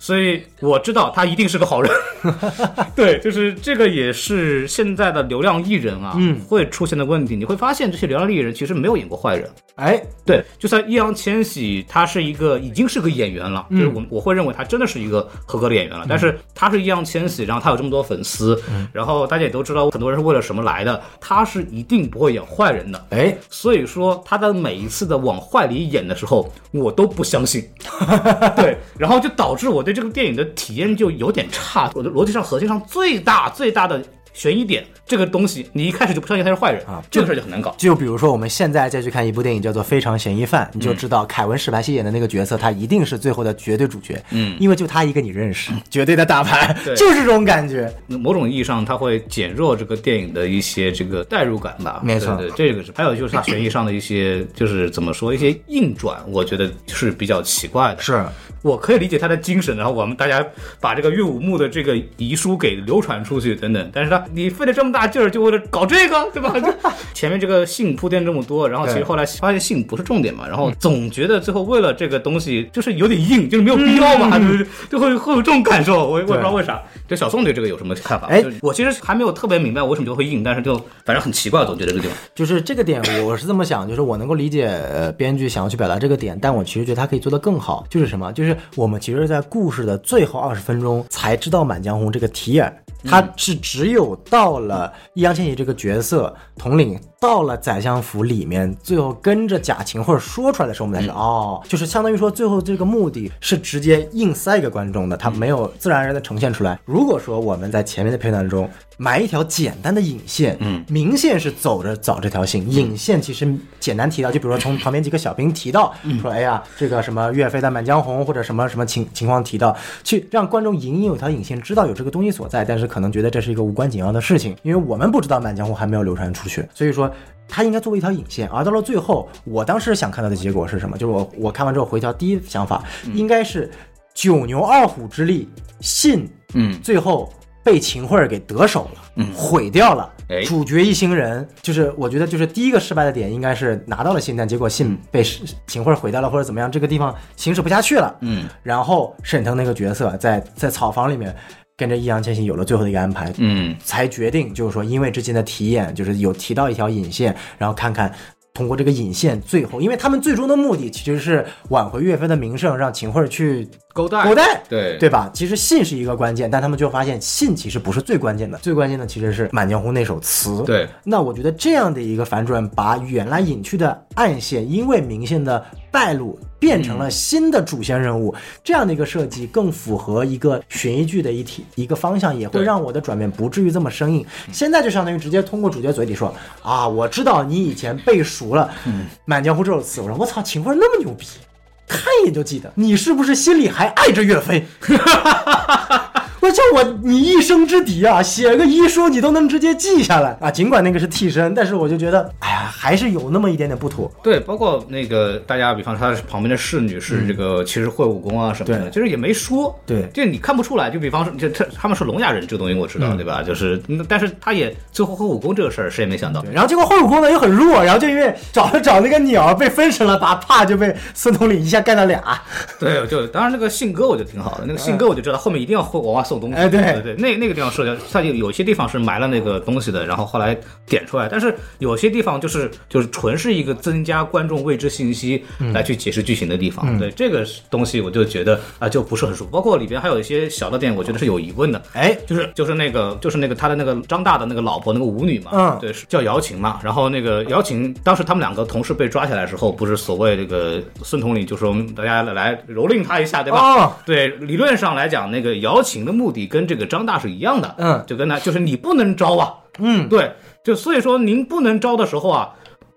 A: 所以我知道他一定是个好人，对，就是这个也是现在的流量艺人啊，嗯，会出现的问题。你会发现这些流量艺人其实没有演过坏人，
B: 哎，
A: 对，就算易烊千玺，他是一个已经是个演员了，就是我我会认为他真的是一个合格的演员了。但是他是易烊千玺，然后他有这么多粉丝，然后大家也都知道很多人是为了什么来的，他是一定不会演坏人的。
B: 哎，
A: 所以说他的每一次的往坏里演的时候，我都不相信。对，然后就导致我对这个电影的体验就有点差。我的逻辑上、核心上最大最大的悬疑点，这个东西你一开始就不相信他是坏人
B: 啊
A: 这个事儿就很难搞。
B: 就比如说我们现在再去看一部电影叫做《非常嫌疑
A: 嗯
B: 犯》，你就知道凯文史派西演的那个角色，他一定是最后的绝对主角，嗯，因为就他一个你认识，绝对的大牌，
A: 嗯对
B: 就是这种感觉。
A: 某种意义上，它会减弱这个电影的一些这个代入感吧。
B: 没错
A: 对对这个是。还有就是它悬疑上的一些，就是怎么说，一些硬转，我觉得是比较奇怪的。
B: 是，
A: 我可以理解他的精神，然后我们大家把这个岳武穆的这个遗书给流传出去等等，但是他你费了这么大劲儿，就为了搞这个， 对吧？就前面这个性铺垫这么多，然后其实
B: 对
A: 后来发现性不是重点嘛，然后总觉得最后为了这个东西就是有点硬，就是没有必要嘛，就是就会会有这种感受，我我也不知道为啥。对小宋对这个有什么看法？
B: 哎
A: 就是我其实还没有特别明白我为什么就会硬，但是就反正很奇怪，总觉得这个地方
B: 就是这个点，我是这么想，就是我能够理解呃编剧想要去表达这个点，但我其实觉得他可以做得更好。就是什么？就是我们其实，在故事的最后二十分钟才知道《满江红》这个题眼儿，他是只有到了易烊千玺这个角色统领到了宰相府里面，最后跟着贾琴或者说出来的时候，我们才知道、哦，就是相当于说最后这个目的是直接硬塞给观众的，他没有自然而然的呈现出来。如果说我们在前面的片段中埋一条简单的引线，嗯，明线是走着找这条线，引线其实简单提到，就比如说从旁边几个小兵提到，说哎呀，这个什么岳飞的《满江红》或者什么什么情情况提到，去让观众隐隐有条引线，知道有这个东西所在，但是可能觉得这是一个无关紧要的事情，因为我们不知道《满江红》还没有流传出去，所以说。它应该作为一条引线，而到了最后，我当时想看到的结果是什么？就是我我看完之后回调第一想法应该是九牛二虎之力，信
A: 嗯
B: 最后被秦桧儿给得手了，毁掉了。
A: 哎
B: 主角一行人，就是我觉得就是第一个失败的点应该是拿到了信，但结果
A: 嗯
B: 信被是秦桧儿毁掉了，或者怎么样，这个地方行驶不下去了。
A: 嗯，
B: 然后沈腾那个角色在在草房里面跟着易烊千玺有了最后的一个安排，
A: 嗯
B: 才决定就是说，因为之前的体验就是有提到一条引线，然后看看。通过这个引线，最后，因为他们最终的目的其实是挽回岳飞的名声，让秦桧儿去
A: 勾带
B: 古代，
A: 对
B: 对吧？其实信是一个关键，但他们就发现信其实不是最关键的，最关键的其实是《满江红》那首词。
A: 对，
B: 那我觉得这样的一个反转，把原来隐去的暗线，因为明线的败露。变成
A: 嗯
B: 了新的主线任务，这样的一个设计更符合一个悬疑剧的一体一个方向，也会
A: 对
B: 让我的转变不至于这么生硬。现在就相当于直接通过主角嘴里说啊，我知道你以前背熟了《
A: 嗯
B: 满江红》这首词，我说我操，秦桧那么牛逼，看一眼就记得，你是不是心里还爱着岳飞？我叫我你一生之敌啊，写个遗书你都能直接记下来啊！尽管那个是替身，但是我就觉得，哎呀，还是有那么一点点不妥。
A: 对，包括那个大家，比方说他旁边的侍女是这个，其实会武功啊什么的，
B: 嗯对
A: 就是也没说，
B: 对
A: 就你看不出来。就比方说，就他他们是聋哑人这个东西我知道，对吧？就是，嗯但是他也最后会武功这个事儿谁也没想到，
B: 然后结果后武功呢又很弱，然后就因为找了找那个鸟被分身了，把帕就被孙统领一下干掉俩。
A: 对，就当然那个信鸽我觉得挺好的，那个信鸽我就知道后面一定要会往送东西。
B: 嗯哎对
A: 对对，那那个地方是的，它有有些地方是埋了那个东西的，然后后来点出来，但是有些地方就是就是纯是一个增加观众未知信息
B: 嗯
A: 来去解释剧情的地方。对这个东西，我就觉得啊、就不是很舒服。包括里边还有一些小的点，我觉得是有疑问的。
B: 哎，
A: 就是就是那个就是那个他的那个张大的那个老婆那个舞女嘛，
B: 嗯
A: 对，是叫姚琴嘛。然后那个姚琴当时他们两个同事被抓起来的时候，不是所谓这个孙统领就说大家来蹂躏他一下，对吧？
B: 哦
A: 对，理论上来讲，那个姚琴的目的跟这个张大是一样的，
B: 嗯
A: 就跟他就是你不能招啊，
B: 嗯，
A: 对，就所以说您不能招的时候啊，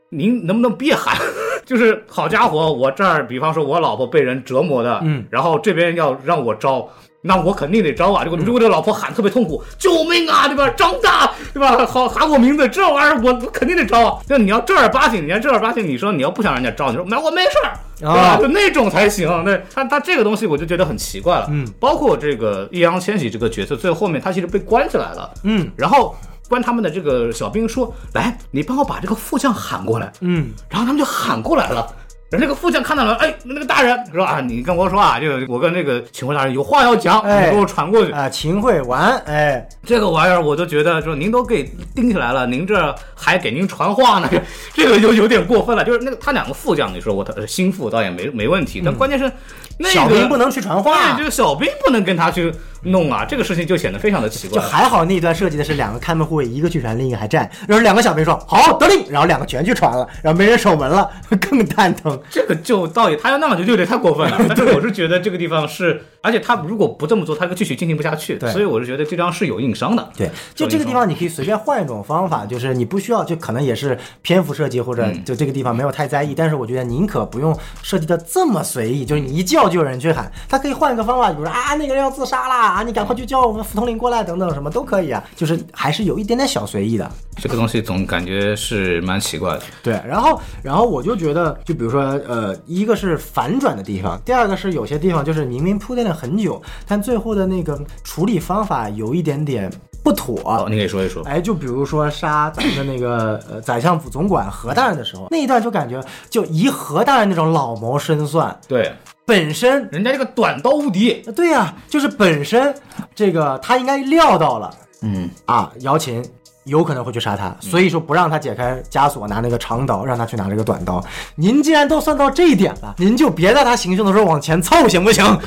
A: 您能不能别喊？ 就是好家伙，我这儿比方说我老婆被人折磨的，
B: 嗯，
A: 然后这边要让我招。那我肯定得招
B: 嗯
A: 啊！这个如果这老婆喊特别痛苦，救命啊，对吧？张大，对吧？好喊我名字，这玩意儿我肯定得招啊！那你要正儿八经，你要正儿八经，你说你要不想让人家招，你说那我没事儿，对吧？
B: 啊
A: 就那种才行。对他，他这个东西我就觉得很奇怪了。
B: 嗯，
A: 包括这个易烊千玺这个角色，最后面他其实被关起来了。
B: 嗯
A: 然后关他们的这个小兵说：“来，你帮我把这个副将喊过来。
B: 嗯，”
A: 然后他们就喊过来了。然后那个副将看到了，哎，那个大人说啊，你跟我说啊，这个我跟那个秦桧大人有话要讲，
B: 哎
A: 你给我传过去。
B: 啊，秦桧完，哎，
A: 这个玩意儿我就觉得说，您都给盯起来了，您这还给您传话呢， 这个就有点过分了。就是那个他两个副将，你说我的心腹倒也没没问题，但关键是那
B: 嗯
A: 个
B: 小兵不能去传话
A: 对，这。个小兵不能跟他去弄啊，这个事情就显得非常的奇怪
B: 就。还好那一段设计的是两个看门护卫，一个去传，另一个还站。然后两个小兵说好得令，然后两个全去传了，然后没人守门了， 更蛋疼。
A: 这个就到底他要那样就有点太过 分了。但是我是觉得这个地方是，而且他如果不这么做，他这个剧情进行不下去。
B: 对
A: 所以我是觉得这张是有硬伤的。
B: 对，就这个地方你可以随便换一种方法，就是你不需要，就可能也是篇幅设计或者就这个地方没有太在意，但是我觉得宁可不用设计的这么随意，就是你一叫就有人去喊，他可以换一个方法，比如说啊那个人要自杀啦，啊你赶快去叫我们副统领过来等等什么都可以啊，就是还是有一点点小随意的。
A: 这个东西总感觉是蛮奇怪的。
B: 对，然后然后我就觉得，就比如说，呃，一个是反转的地方，第二个是有些地方就是明明铺垫了很久，但最后的那个处理方法有一点点不
A: 哦，
B: 妥。
A: 你可以说一说。
B: 哎，就比如说杀咱们的那个呃宰相府总管何大人的时候，那一段就感觉就以何大人那种老谋深算，
A: 对，
B: 本身
A: 人家这个短刀无敌。
B: 对呀、就是本身这个他应该料到了，
A: 嗯，
B: 啊，姚琴有可能会去杀他，所以说不让他解开枷锁，拿那个长刀，让他去拿这个短刀。您既然都算到这一点了，您就别在他行凶的时候往前凑，行不行？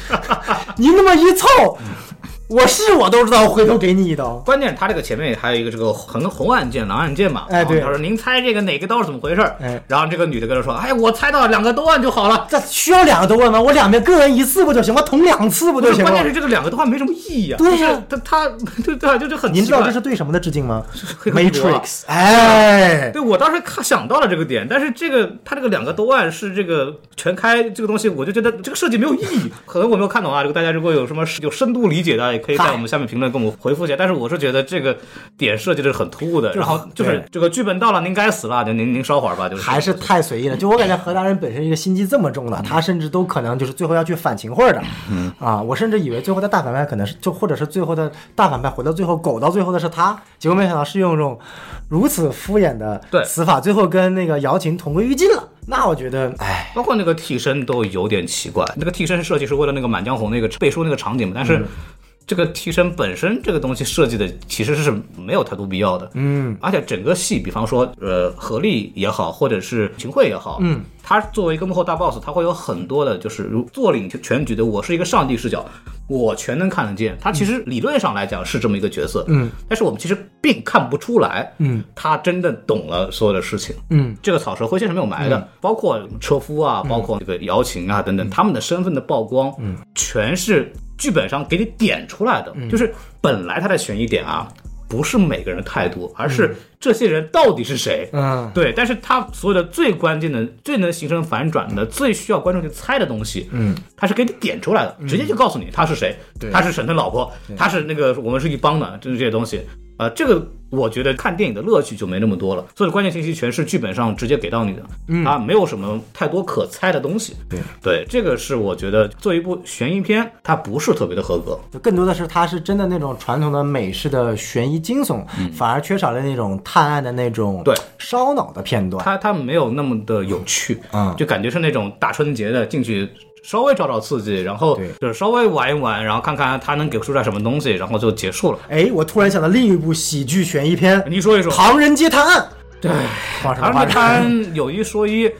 B: 您那么一凑，我是我都知道，回头给你一刀。
A: 关键是他这个前面还有一个这个横红案件、狼案件嘛。
B: 哎对
A: 然后他说您猜这个哪个刀是怎么回事？
B: 哎，
A: 然后这个女的跟他说，哎，我猜到两个都按就好了。
B: 这需要两个都问吗？我两边各人一次不就行？我捅两次不
A: 不，
B: 就是行
A: 关键
B: 了
A: 是？这个两个都还没什么意义啊。
B: 对呀
A: 就是他 他对对啊，就就很奇怪。
B: 您知道这是对什么的致敬 吗
A: 黑客帝国啊
B: ？Matrix，哎，
A: 对，我当时看想到了这个点，但是这个他这个两个都按是这个全开这个东西，我就觉得这个设计没有意义。可能我没有看懂啊，这个大家如果有什么有深度理解的，也可以在
B: 嗨
A: 我们下面评论跟我们回复一下。但是我是觉得这个点设计的是很突兀的，然后就是
B: 对
A: 这个剧本到了，您该死了，您您您稍会儿吧，就是
B: 还是太随意了。就我感觉何大人本身一个心机这么
A: 嗯
B: 重的，他甚至都可能就是最后要去反秦桧的。嗯啊，我甚至以为最后的大反派可能是就或者是最后的大反派回到最后狗到最后的是他，结果没想到是用这种如此敷衍的
A: 对
B: 死法，最后跟那个姚琴同归于尽了。那我觉得，哎，
A: 包括那个替身都有点奇怪，那个替身设计是为了那个《满江红》那个背书那个场景嘛，但是。这个替身本身这个东西设计的其实是没有太多必要的，嗯，而且整个戏，比方说呃何力也好，或者是秦桧也好，嗯，他作为一个幕后大 boss，他会有很多的就是如坐领全局的，我是一个上帝视角，我全能看得见。他其实理论上来讲是这么一个角色，嗯，但是我们其实并看不出来，嗯，他真的懂了所有的事情，
B: 嗯，
A: 这个草蛇灰线是没有埋的，包括车夫啊，包括这个姚琴啊等等，他们的身份的曝光，嗯，全是剧本上给你点出来的，就是本来他的悬疑点啊，不是每个人太多，而是这些人到底是谁，
B: 嗯，
A: 对，但是他所有的最关键的、最能形成反转的、最需要观众去猜的东西，嗯，他是给你点出来的，直接就告诉你他是谁，
B: 嗯对
A: 他是沈腾老婆，他是那个我们是一帮的，就是这些东西。呃，这个我觉得看电影的乐趣就没那么多了，所以关键信息全是剧本上直接给到你的，嗯、啊，没有什么太多可猜的东西。
B: 对
A: 对，这个是我觉得做一部悬疑片，它不是特别的合格。
B: 就更多的是它是真的那种传统的美式的悬疑惊悚，反而缺少了那种探案的那种
A: 嗯对
B: 烧脑的片段。
A: 它它没有那么的有趣，
B: 嗯
A: 就感觉是那种大春节的进去稍微找找刺激，然后
B: 对
A: 就是稍微玩一玩，然后看看他能给出来什么东西，然后就结束了。
B: 哎，我突然想到另一部喜剧悬疑片《
A: 你说一说，
B: 唐人街探案》。对，唐
A: 唐人街探案有一说一，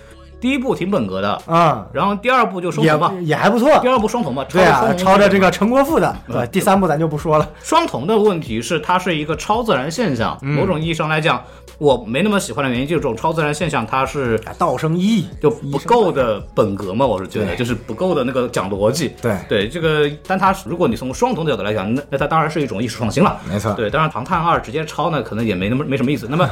A: 第一部挺本格的，
B: 啊，
A: 然后第二部就双瞳吧
B: 也，也还不错。
A: 第二部双瞳吧，
B: 对啊，
A: 超
B: 抄着这个陈国富的。
A: 嗯
B: 对，第三部咱就不说了。
A: 双瞳的问题是，它是一个超自然现象。
B: 嗯
A: 某种意义上来讲，我没那么喜欢的原因就是这种超自然现象，它是
B: 道生一，
A: 就不够的本格嘛，我是觉得就是不够的那个讲逻辑。
B: 对
A: 对，这个，但它如果你从双瞳的角度来讲，那那它当然是一种艺术创新了。
B: 没错
A: 对，当然《唐探二》直接抄呢，可能也没那么没什么意思。那么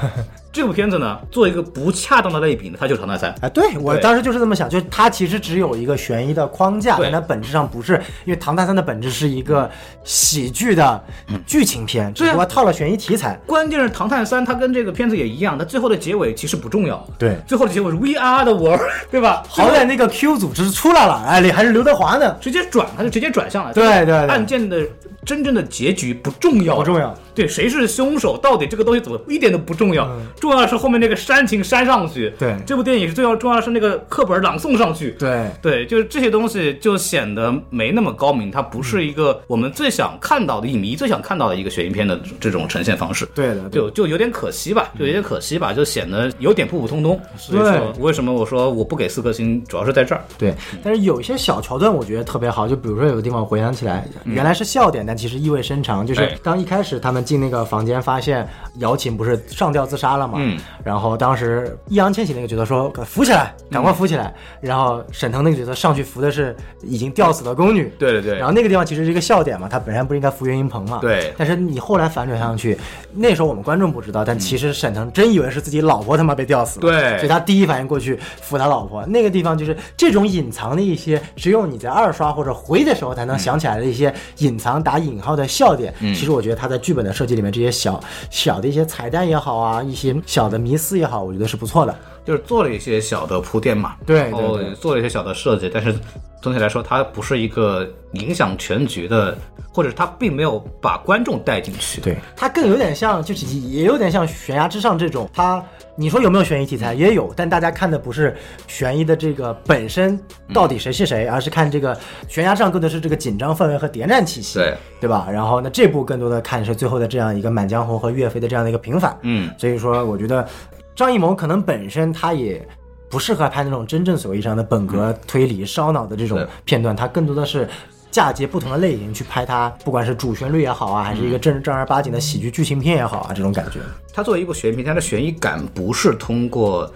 A: 这部片子呢，做一个不恰当的类比呢，它就是《唐探三》。
B: 哎，对我
A: 对
B: 当时就是这么想，就是它其实只有一个悬疑的框架，
A: 对嗯
B: 但它本质上不是，因为《唐探三》的本质是一个喜剧的剧情片，只
A: 对啊
B: 不过套了悬疑题材。
A: 关键是《唐探三》，它跟这个片子也一样，它最后的结尾其实不重要。
B: 对
A: 最后的结尾是 We are the world，对 吧？
B: 好歹那个 Q 组织出来了，哎，里还是刘德华呢，
A: 直接转，他就直接转向了。
B: 对对对
A: 案件的真正的结局不重要，
B: 不重要。
A: 对，谁是凶手，到底这个东西怎么一点都不重要，重要的是后面那个煽情煽上去。
B: 嗯对
A: 这部电影是最要重要的是那个课本朗诵上去。
B: 对
A: 对，就是这些东西就显得没那么高明，它不是一个我们最想看到的影迷最想看到的一个悬疑片的这种呈现方式。
B: 对的，嗯
A: 就就有点可惜吧，就有点可惜吧，就显得有点普普通通。所以说，为什么我说我不给四颗星，主要是在这儿。
B: 对，但是有一些小桥段我觉得特别好，就比如说有个地方我回想起来，原来是笑点，但其实意味深长。就是
A: 嗯哎
B: 当一开始他们进那个房间，发现姚琴不是上吊自杀了嘛，
A: 嗯
B: 然后当时易烊千玺那个角色说扶起来，赶快扶起
A: 嗯
B: 来，然后沈腾那个角色上去扶的是已经吊死的宫女，
A: 对对对
B: 然后那个地方其实是一个笑点嘛，他本身不是应该扶岳云鹏嘛，
A: 对
B: 但是你后来反转上去，那时候我们观众不知道，但其实沈腾真以为是自己老婆他妈被吊死了，
A: 对
B: 所以他第一反应过去扶他老婆。那个地方就是这种隐藏的一些，只有你在二刷或者回的时候才能想起来的一些隐藏打引号的笑点。
A: 嗯
B: 其实我觉得他在剧本的设计里面，这些小小的一些彩蛋也好啊，一些小的迷思也好，我觉得是不错的。
A: 就是做了一些小的铺垫嘛，
B: 对
A: 然后
B: 对对
A: 做了一些小的设计，但是总体来说，它不是一个影响全局的，或者它并没有把观众带进去。
B: 对，它更有点像，就是也有点像《悬崖之上》这种。它你说有没有悬疑题材？也有，但大家看的不是悬疑的这个本身到底谁是谁，而是看这个《悬崖之上》更多是这个紧张氛围和谍战气息，
A: 对
B: 对吧？然后呢，这部更多的看是最后的这样一个《满江红》和岳飞的这样的一个平反。
A: 嗯，
B: 所以说，我觉得张艺谋可能本身他也。不适合拍那种真正所谓意义上的本格推理、烧脑的这种
A: 对
B: 片段，它更多的是嫁接不同的类型去拍它，不管是主旋律也好啊，还是一个正正儿八经的喜剧剧情片也好啊，这种感觉。
A: 它作为一部悬疑片，它的悬疑感不是通过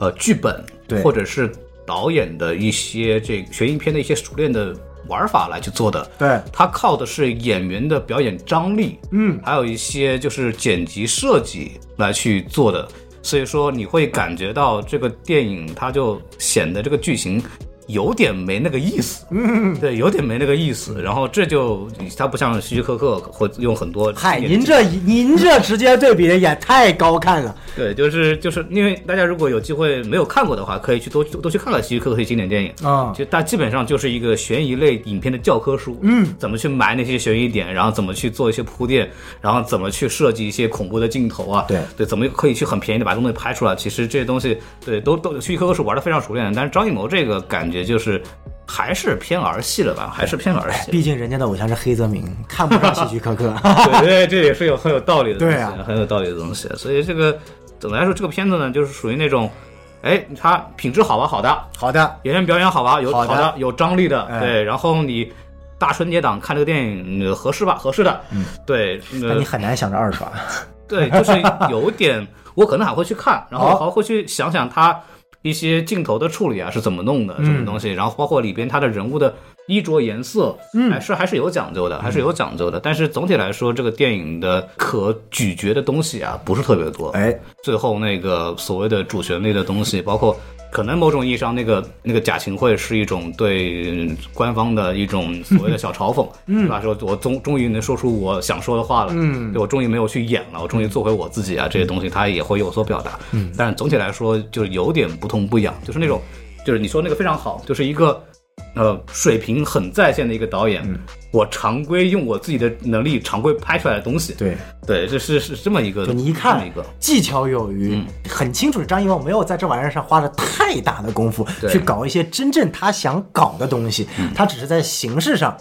A: 呃剧本，
B: 对
A: 或者是导演的一些这个悬疑片的一些熟练的玩法来去做的。
B: 对
A: 它靠的是演员的表演张力，嗯，还有一些就是剪辑设计来去做的。所以说你会感觉到这个电影，它就显得这个剧情有点没那个意思，嗯，对，有点没那个意思。然后这就它不像希区柯克会用很多
B: 嗨，
A: 演
B: 您这您这直接对比的也太高看了。
A: 对，就是就是因为大家如果有机会没有看过的话，可以去多多去看看希区柯克的经典电影
B: 啊
A: 就它基本上就是一个悬疑类影片的教科书。嗯，怎么去埋那些悬疑点，然后怎么去做一些铺垫，然后怎么去设计一些恐怖的镜头啊？
B: 对
A: 对，怎么可以去很便宜的把东西拍出来？其实这些东西，对，都都希区柯克是玩的非常熟练的，但是张艺谋这个感觉就是还是偏儿戏了吧，还是偏儿戏。
B: 毕竟人家的偶像是黑泽明，看不上希区柯克。
A: 对对，这也是有很有道理的东西，
B: 对啊
A: 很有道理的东西。所以这个总的来说，这个片子呢，就是属于那种，哎，它品质好吧，好的，
B: 好的，
A: 演员表演好吧，有
B: 好
A: 好
B: 的
A: 有张力的，
B: 哎
A: 对。然后你大春节档看这个电影呃合适吧，合适的，嗯，对，
B: 那
A: 呃
B: 你，很难想着二刷。
A: 对，就是有点，我可能还会去看，然后
B: 好
A: 还会去想想它一些镜头的处理啊是怎么弄的，什么东西，然后包括里边它的人物的衣着颜色，嗯，还是还是有讲究的，还是有讲究的。但是总体来说，这个电影的可咀嚼的东西啊不是特别多，
B: 哎，
A: 最后那个所谓的主旋律的东西，包括可能某种意义上那个那个假秦桧是一种对官方的一种所谓的小嘲讽， 嗯，是吧？说我终终于能说出我想说的话了，嗯，我终于没有去演了，我终于做回我自己啊，这些东西他也会有所表达，嗯，但总体来说就是有点不痛不痒，就是那种就是你说那个非常好，就是一个。呃水平很在线的一个导演，我常规用我自己的能力常规拍出来的东西。
B: 对，
A: 对，这是是这么一个，
B: 就你一
A: 这么
B: 看
A: 一个。嗯
B: 技巧有余，很清楚张艺谋没有在这玩意儿上花了太大的功夫
A: 对嗯
B: 去搞一些真正他想搞的东西，他只是在形式上。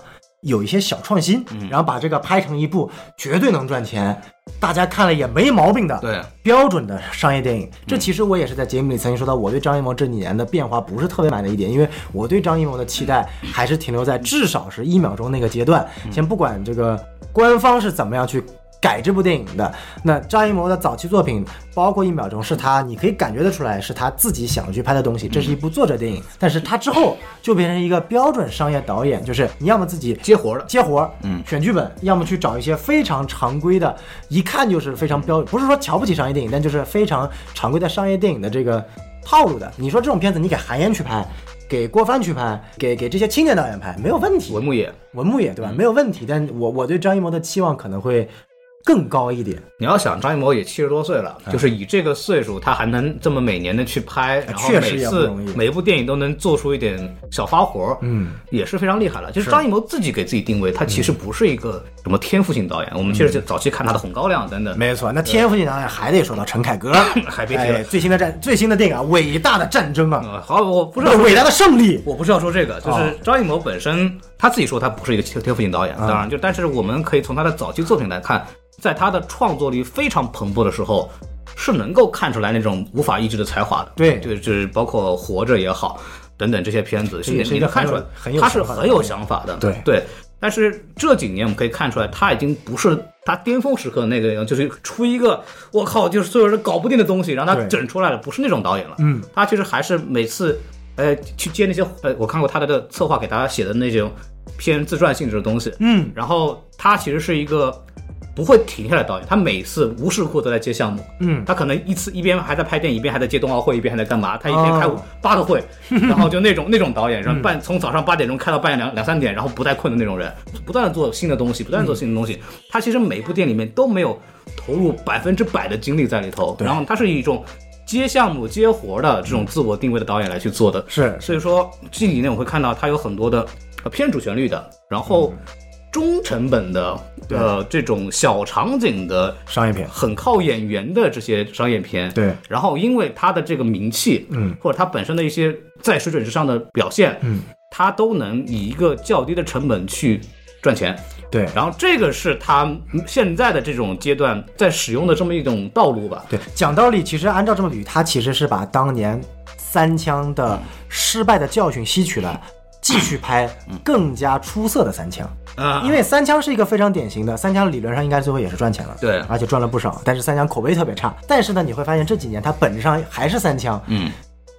B: 有一些小创新，然后把这个拍成一部绝对能赚钱，大家看了也没毛病的，
A: 对
B: 标准的商业电影。这其实我也是在节目里曾经说到，我对张艺谋这几年的变化不是特别满的一点，因为我对张艺谋的期待还是停留在至少是一秒钟那个阶段。先不管这个官方是怎么样去。改这部电影的那张艺谋的早期作品，包括《一秒钟》，是他你可以感觉得出来是他自己想去拍的东西，这是一部作者电影。但是他之后就变成一个标准商业导演，就是你要么自己
A: 接活了，
B: 接活，嗯，选剧本，要么去找一些非常常规的，一看就是非常标，不是说瞧不起商业电影，但就是非常常规的商业电影的这个套路的。你说这种片子，你给韩延去拍，给郭帆去拍，给给这些青年导演拍，没有问题，
A: 文牧野，
B: 文牧野对吧？没有问题，但我我对张艺谋的期望可能会更高一点，
A: 你要想张艺谋也七十多岁了，
B: 嗯
A: 就是以这个岁数，他还能这么每年的去拍，然后
B: 哎确实
A: 每
B: 也不
A: 次
B: 容易
A: 每部电影都能做出一点小花活，嗯，也是非常厉害了。就是张艺谋自己给自己定位，他其实不是一个什么天赋型导演。我们确实早期看他的《红高粱》等等，
B: 嗯没错。那天赋型导演还得说到陈凯歌，
A: 还别提了
B: 哎最新的战最新的电影啊，《伟大的战争》啊，
A: 呃，好，我
B: 不
A: 不知道
B: 是伟大的胜利，
A: 我不是要说这个，就是
B: 哦嗯
A: 张艺谋本身他自己说他不是一个天赋型导演，当然就但是我们可以从他的早期作品来看，在他的创作力非常蓬勃的时候。是能够看出来那种无法抑制的才华的，
B: 对
A: 就就是包括《活着》也好，等等这些片子，
B: 也是
A: 你
B: 一个
A: 能看出来，
B: 很有
A: 他
B: 很有
A: 是
B: 想法的
A: 很有想法的，
B: 对
A: 对。但是这几年我们可以看出来，他已经不是他巅峰时刻的那个样，就是出一个我靠，就是所有人搞不定的东西，让他
B: 对
A: 整出来了，不是那种导演了。嗯，他其实还是每次，呃，去接那些呃，我看过他的的策划给他写的那种偏自传性质的东西。
B: 嗯，
A: 然后他其实是一个不会停下来的导演，他每次无时无刻都在接项目。嗯，他可能一次一边还在拍电影，一边还在接冬奥会，一边还在干嘛？他一天开
B: 哦
A: 八个会，然后就那种那种导演，然后半从早上八点钟开到半夜两两三点，然后不带困的那种人，不断的做新的东西，不断地做新的东西。他其实每部电影里面都没有投入百分之百的精力在里头，然后他是以一种接项目接活的这种自我定位的导演来去做的。
B: 是
A: 所以说近几年我会看到他有很多的呃偏主旋律的，然后
B: 嗯
A: 中成本的呃这种小场景的
B: 商业片。
A: 很靠演员的这些商业片，
B: 对，
A: 然后因为他的这个名气，
B: 嗯，
A: 或者他本身的一些在水准之上的表现，
B: 嗯，
A: 他都能以一个较低的成本去赚钱，
B: 对，
A: 然后这个是他现在的这种阶段在使用的这么一种道路吧，
B: 对，讲道理，其实按照这么捋，他其实是把当年三枪的失败的教训吸取了。继续拍更加出色的三枪，
A: 啊
B: 因为三枪是一个非常典型的，三枪理论上应该最后也是赚钱了，
A: 对
B: 而且赚了不少，但是三枪口碑特别差。但是呢，你会发现这几年它本质上还是三枪，
A: 嗯，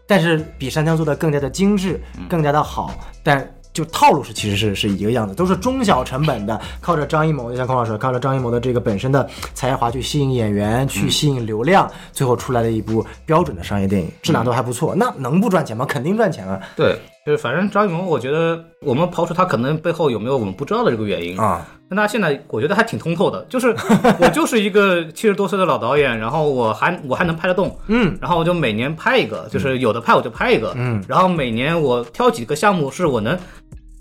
B: 但是比山枪做的更加的精致，更加的好，但就套路是其实是是一个样子，都是中小成本的，靠着张艺谋，就像孔老师说，靠着张艺谋的这个本身的才华去吸引演员，去吸引流量，最后出来的一部标准的商业电影，质量都还不错，那能不赚钱吗？肯定赚钱啊！
A: 对，就是反正张艺谋，我觉得我们刨除他可能背后有没有我们不知道的这个原因，
B: 啊，
A: 但他现在我觉得还挺通透的，就是我就是一个七十多岁的老导演，然后我还我还能拍得动，
B: 嗯，
A: 然后我就每年拍一个，就是有的拍我就拍一个，嗯，然后每年我挑几个项目是我能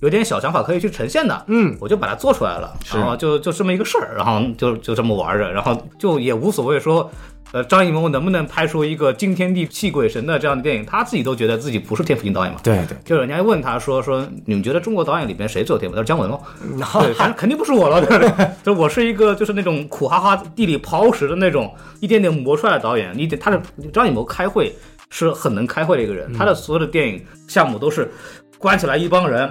A: 有点小想法可以去呈现的，
B: 嗯，
A: 我就把它做出来了，然后就就这么一个事儿，然后就就这么玩着，然后就也无所谓说。呃，张艺谋能不能拍出一个惊天地泣鬼神的这样的电影？他自己都觉得自己不是天赋型导演嘛。
B: 对对，
A: 就是人家问他说说，你们觉得中国导演里边谁最有天赋？他说姜文喽。
B: 然后
A: 对，反正肯定不是我了。 对，就我是一个就是那种苦哈哈地里刨食的那种，一点点磨出来的导演。你得他的张艺谋开会是很能开会的一个人，他的所有的电影项目都是关起来一帮人，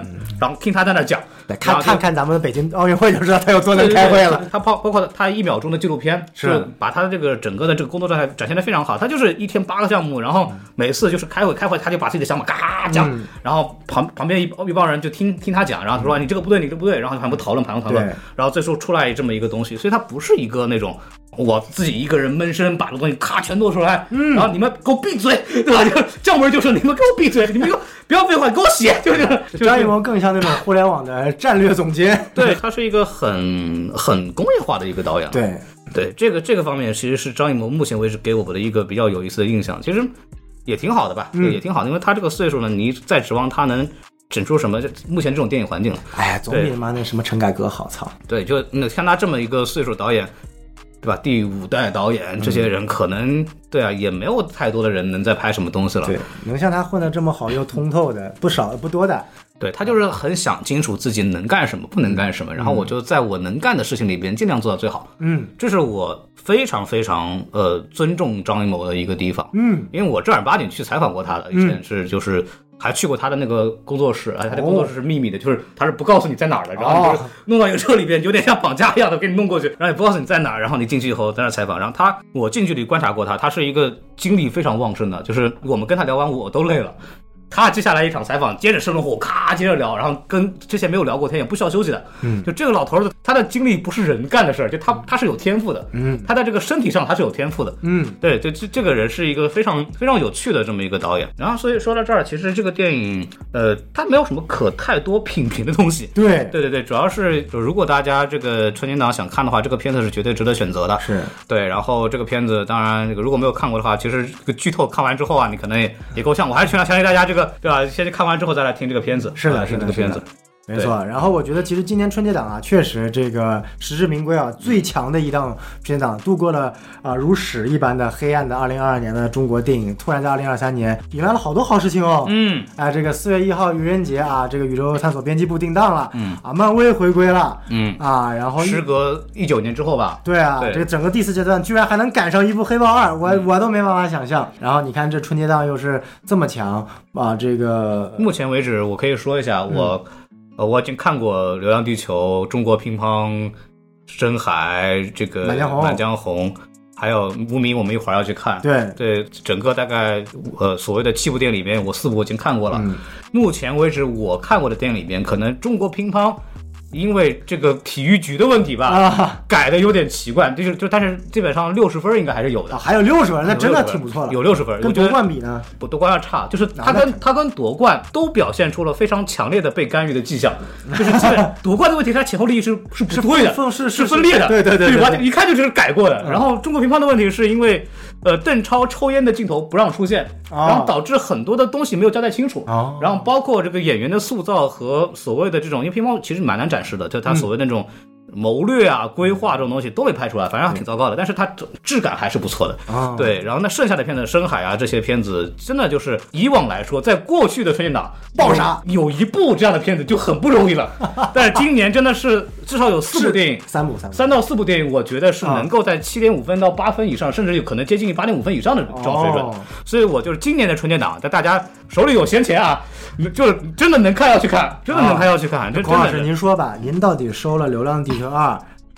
A: 然后听他在那讲，
B: 对
A: 然
B: 看
A: 后就
B: 看看咱们的北京奥运会就知道他有多能开会了。
A: 他包包括他一秒钟的纪录片，
B: 是
A: 就把他的这个整个的这个工作状态展现的非常好。他就是一天八个项目，然后每次就是开会开会，他就把自己的想法嘎讲，
B: 嗯
A: 然后旁旁边一一帮人就听听他讲，然后他说你这个不对，你这个不对，然后反复讨论，反复讨论
B: 对，
A: 然后最后出来这么一个东西。所以他不是一个那种。我自己一个人闷声把这个东西咔全做出来，嗯，然后你们给我闭嘴，对吧？就姜文就说你们给我闭嘴，你们给我不要废话，给我写， 就是就是
B: 张艺谋更像那种互联网的战略总监。
A: 对，他是一个很很工业化的一个导演，啊
B: 对，
A: 对这个这个方面，其实是张艺谋目前为止给我们的一个比较有意思的印象，其实也挺好的吧，对也挺好的，因为他这个岁数呢，你再指望他能整出什么目前这种电影环境了。
B: 哎，总比他妈那什么陈凯歌好操。
A: 对，就那像他这么一个岁数导演，对吧？第五代导演，这些人可能对啊，也没有太多的人能再拍什么东西了。
B: 对，能像他混得这么好又通透的不少不多的。
A: 对他就是很想清楚自己能干什么，不能干什么，然后我就在我能干的事情里边尽量做到最好。
B: 嗯，
A: 这是我非常非常呃尊重张艺谋的一个地方。
B: 嗯，
A: 因为我正儿八经去采访过他的，以前是就是还去过他的那个工作室，哎而且他的工作室是秘密的，就是他是不告诉你在哪儿的，然后你就是弄到一个车里边，有点像绑架一样的给你弄过去，然后也不告诉你在哪儿，然后你进去以后在那儿采访。然后他，我近距离观察过他，他是一个精力非常旺盛的，就是我们跟他聊完我都累了。他接下来一场采访，接着生龙活虎，咔接着聊，然后跟之前没有聊过天，也不需要休息的。嗯，就这个老头儿的，他的精力不是人干的事儿，就他他是有天赋的。嗯，他在这个身体上他是有天赋的。
B: 嗯，
A: 对，就这这个人是一个非常非常有趣的这么一个导演。然后所以说到这儿，其实这个电影，呃，它没有什么可太多品评的东西。
B: 对，
A: 对对对，主要是就如果大家这个春节档想看的话，这个片子是绝对值得选择的。
B: 是
A: 对，然后这个片子当然这个如果没有看过的话，其实这个剧透看完之后啊，你可能也也够呛。我还是劝强烈大家这个对吧，先去看完之后再来听这个片子。
B: 是的
A: 啊
B: 是的
A: 这个片
B: 是
A: 子
B: 的。没错。然后我觉得其实今年春节档啊，确实这个实至名归啊，最强的一档春节档，度过了啊、如屎一般的黑暗的二零二二年的中国电影，突然在二零二三年迎来了好多好事情哦。
A: 嗯，
B: 啊，这个四月一号愚人节啊，这个宇宙探索编辑部定档了，嗯，啊，漫威回归了，
A: 嗯，
B: 啊，然后一
A: 时隔一九年之后吧，
B: 对啊，
A: 对嗯
B: 这个整个第四阶段居然还能赶上一部《黑豹二》，我、我都没办法想象。然后你看这春节档又是这么强啊，这个
A: 目前为止我可以说一下，我、
B: 嗯
A: 呃我已经看过《流浪地球》《中国乒乓》《深海》这个《
B: 满江红
A: 满江红》，还有《无名》，我们一会儿要去看。
B: 对
A: 对，整个大概呃所谓的七部电影里面，我四部我已经看过了。
B: 嗯
A: 目前为止我看过的电影里面，可能中国乒乓。因为这个体育局的问题吧，
B: 啊
A: 改的有点奇怪，就是就但是基本上六十分应该还是有
B: 啊
A: 的，
B: 还有六十分，那
A: 有
B: 真的
A: 60分
B: 挺不错了。
A: 有六十分，
B: 跟
A: 我觉
B: 夺
A: 得
B: 冠比呢？
A: 不夺冠要差，就是
B: 那
A: 他跟他跟夺冠都表现出了非常强烈的被干预 的迹象，就是基本夺冠的问题，它前后利益是是不对的，
B: 分是是
A: 是分裂的，
B: 对对对对
A: 吧？
B: 对嗯
A: 一看就是改过的。然后中国乒乓的问题是因为，呃，邓超抽烟的镜头不让出现，
B: 哦
A: 然后导致很多的东西没有交代清楚
B: 哦，
A: 然后包括这个演员的塑造和所谓的这种，因为乒乓其实蛮难展示的，就
B: 嗯
A: 他所谓的那种。谋略啊、规划这种东西都被拍出来，反正还挺糟糕的，但是它质质感还是不错的。
B: 啊，
A: 对，然后那剩下的片子《深海》啊，这些片子真的就是以往来说，在过去的春节档
B: 爆杀
A: 有一部这样的片子就很不容 易了，但是今年真的是至少有四部电影。
B: 三部三部。
A: 三到四部电影，我觉得是能够在七点五分到八分以上，甚至有可能接近于八点五分以上的这种水准。
B: 哦
A: 所以，我就是今年的春节档，在大家手里有闲钱啊，就是真的能看要去看，真的能看要去看，这真
B: 啊孔老
A: 的
B: 师，
A: 是。
B: 您说吧，您到底收了《流浪地球二》？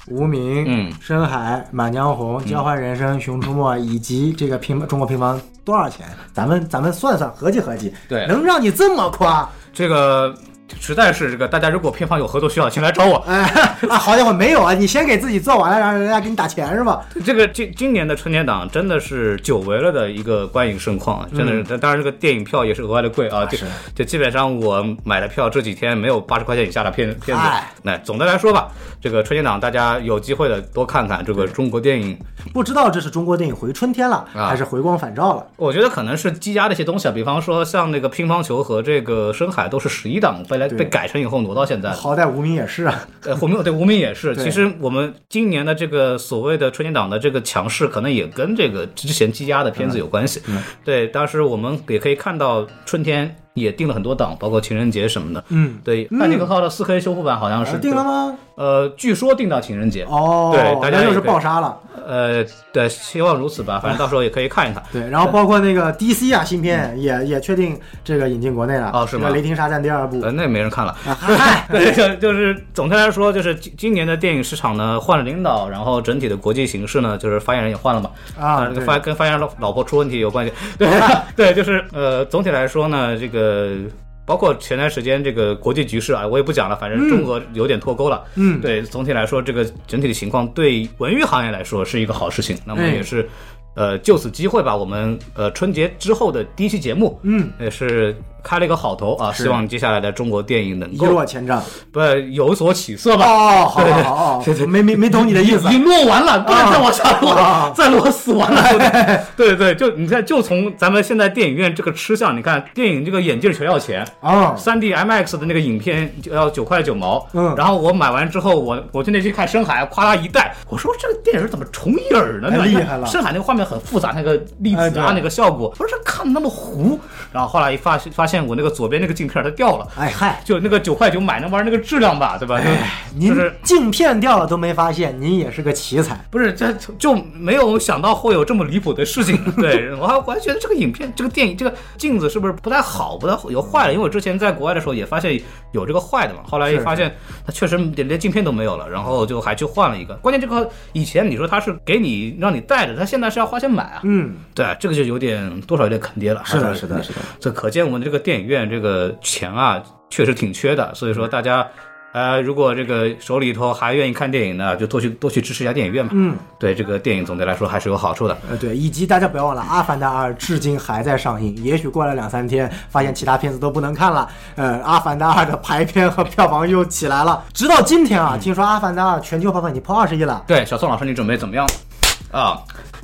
B: 无名、
A: 嗯
B: 深海、满江红、交换人生、熊出没以及这个乒中国乒乓多少钱？咱们咱们算算，合计合计，
A: 对
B: 能让你这么夸？
A: 这个实在是这个，大家如果片方有合作需要，请来找我。
B: 哎， 啊，好家伙，没有啊！你先给自己做完了，让人家给你打钱是吧？
A: 这个今今年的春节档真的是久违了的一个观影盛况，真的
B: 嗯
A: 是。但当然，这个电影票也是额外的贵啊，就是就基本上我买的票这几天没有八十块钱以下的片片子
B: 嗨。
A: 那总的来说吧，这个春节档大家有机会的多看看这个中国电影。
B: 不知道这是中国电影回春天了，
A: 啊
B: 还是回光返照了？
A: 我觉得可能是积压的一些东西啊，比方说像那个乒乓球和这个深海都是十一档被来被改成以后挪到现在的。
B: 好歹无名也是啊，
A: 呃，无名对无名也是。
B: 对
A: 其实我们今年的这个所谓的春节档的这个强势，可能也跟这个之前积压的片子有关系。
B: 嗯
A: 对，当时我们也可以看到春天也定了很多档，包括情人节什么的。
B: 嗯，
A: 对，《半尼克号》的四 K 修复版好像是
B: 定了？吗？
A: 呃，据说定到情人节。
B: 哦，
A: 对大家
B: 那
A: 也
B: 又是
A: 可以
B: 爆杀了。
A: 呃，对，希望如此吧。反正到时候也可以看一看。
B: 对，然后包括那个 DC 啊，新片也也确定这个引进国内了。
A: 嗯哦是吗
B: 这个《雷霆沙赞》第二部
A: 呃，，那也没人看了。
B: 啊嗨，
A: 对，就就是总的来说，就是今今年的电影市场呢换了领导，然后整体的国际形势呢，就是发言人也换了嘛，
B: 啊
A: 当然
B: 对
A: 呃发跟发言人老老婆出问题有关系，对 对，就是呃，总体来说呢，这个。包括前段时间这个国际局势啊，我也不讲了，反正中俄有点脱钩了。
B: 嗯
A: 对，总体来说，这个整体的情况对文娱行业来说是一个好事情。那么
B: 哎
A: 也是，呃，就此机会吧，我们呃春节之后的第一期节目，
B: 嗯，
A: 也是开了一个好头啊，希望接下来的中国电影能
B: 一
A: 够
B: 落千丈。
A: 不有所起色哦吧。
B: 哦，好好好，
A: 对对
B: 没没没懂你的意思
A: 已。经落完了，不能再往下落，
B: 啊
A: 再落死完了。对对对，就你看，就从咱们现在电影院这个吃相，你看电影这个眼镜全要钱，
B: 啊，
A: 三 D IMAX 的那个影片就要九块九毛，
B: 嗯
A: 然后我买完之后，我我就那去看深海，夸啦一戴，我说这个电影怎么重影儿呢？
B: 太厉害
A: 你看
B: 了
A: 深海那个画面很复杂，那个粒
B: 哎
A: 子
B: 对
A: 啊，那个效果，我说这看的那么糊，然后后来一发现发现我那个左边那个镜片它掉了，
B: 哎嗨，哎
A: 就那个九块九买那玩意儿那个质量吧，对吧？就
B: 您
A: 嗯就是。
B: 镜片掉了都没发现，您也是个奇才。
A: 不是，这就没有想到会有这么离谱的事情。 对我还我还觉得这个影片、这个电影、这个镜子是不是不太好，不太有坏了？因为我之前在国外的时候也发现有这个坏的嘛，后来一
B: 是
A: 发现它确实连连镜片都没有了，然后就还去换了一个。关键这个以前你说它是给你让你带着，它现在是要花钱买啊。
B: 嗯，
A: 对，这个就有点多少有点坑爹了。
B: 是的
A: 还
B: 是的是的。
A: 这可见我们这个电影院这个钱啊，确实挺缺的。所以说大家。呃，如果这个手里头还愿意看电影呢，就多去多去支持一下电影院嘛。
B: 嗯，
A: 对这个电影总的来说还是有好处的。
B: 呃，对，以及大家不要忘了，《阿凡达二》至今还在上映，也许过了两三天，发现其他片子都不能看了，呃，《阿凡达二》的排片和票房又起来了。直到今天啊，听说《阿凡达二》全球票房已经破二十亿了。
A: 对，小宋老师，你准备怎么样？啊，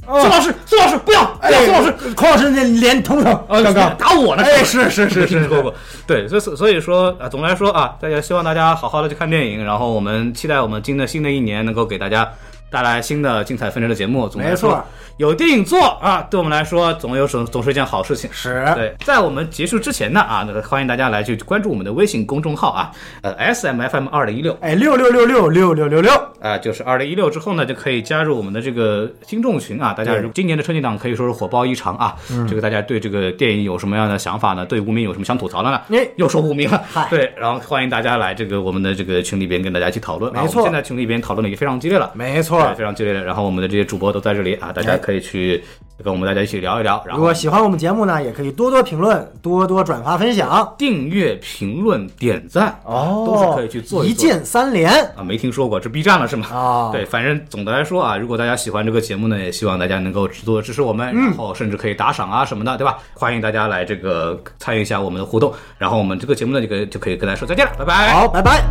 B: 哦
A: 宋老师，宋老师，不要，不要，
B: 哎
A: 宋老师，，
B: 孔老师那脸疼疼，
A: 呃
B: 啊刚刚。
A: 打我呢？
B: 哎，是是是是，
A: 不不，对，所以所以说啊，总的来说啊，大家希望大家好好的去看电影，然后我们期待我们今的新的一年能够给大家带来新的精彩纷呈的节目。总的来
B: 没
A: 说
B: 错，
A: 有电影做啊，对我们来说总有总总是一件好事情。
B: 是。
A: 对，哎在我们结束之前呢啊，那个欢迎大家来去关注我们的微信公众号啊，呃，S M F M 二零一六，
B: 哎，六六六六六六六六，
A: 啊、就是二零一六之后呢，就可以加入我们的这个听众群啊。大家
B: 对嗯
A: 如今年的春节档可以说是火爆异常啊。这个大家对这个电影有什么样的想法呢？对无名有什么想吐槽的呢？
B: 哎
A: 又说无名了
B: 嗨。
A: 对，然后欢迎大家来这个我们的这个群里边跟大家一起讨论。啊
B: 没错
A: 我们现在群里边讨论的也非常激烈了。
B: 没错
A: 对。非常激烈了。然后我们的这些主播都在这里啊，大家
B: 哎
A: 可以去跟我们大家一起聊一聊。然
B: 如
A: 后
B: 果喜欢我们节目呢，也可以多多评论，多多转发分享，
A: 订阅、评论、点赞
B: 哦
A: 都是可以去做
B: 一
A: 做的
B: 键三连。
A: 啊，没听说过，这 B 站了是吗？
B: 哦
A: 对，反正总的来说啊，如果大家喜欢这个节目呢，也希望大家能够多多支持我们，然后甚至可以打赏啊什么的，对吧？欢迎大家来这个参与一下我们的互动，然后我们这个节目呢，就可以就可以跟大家说再见了，拜拜。
B: 好，拜拜。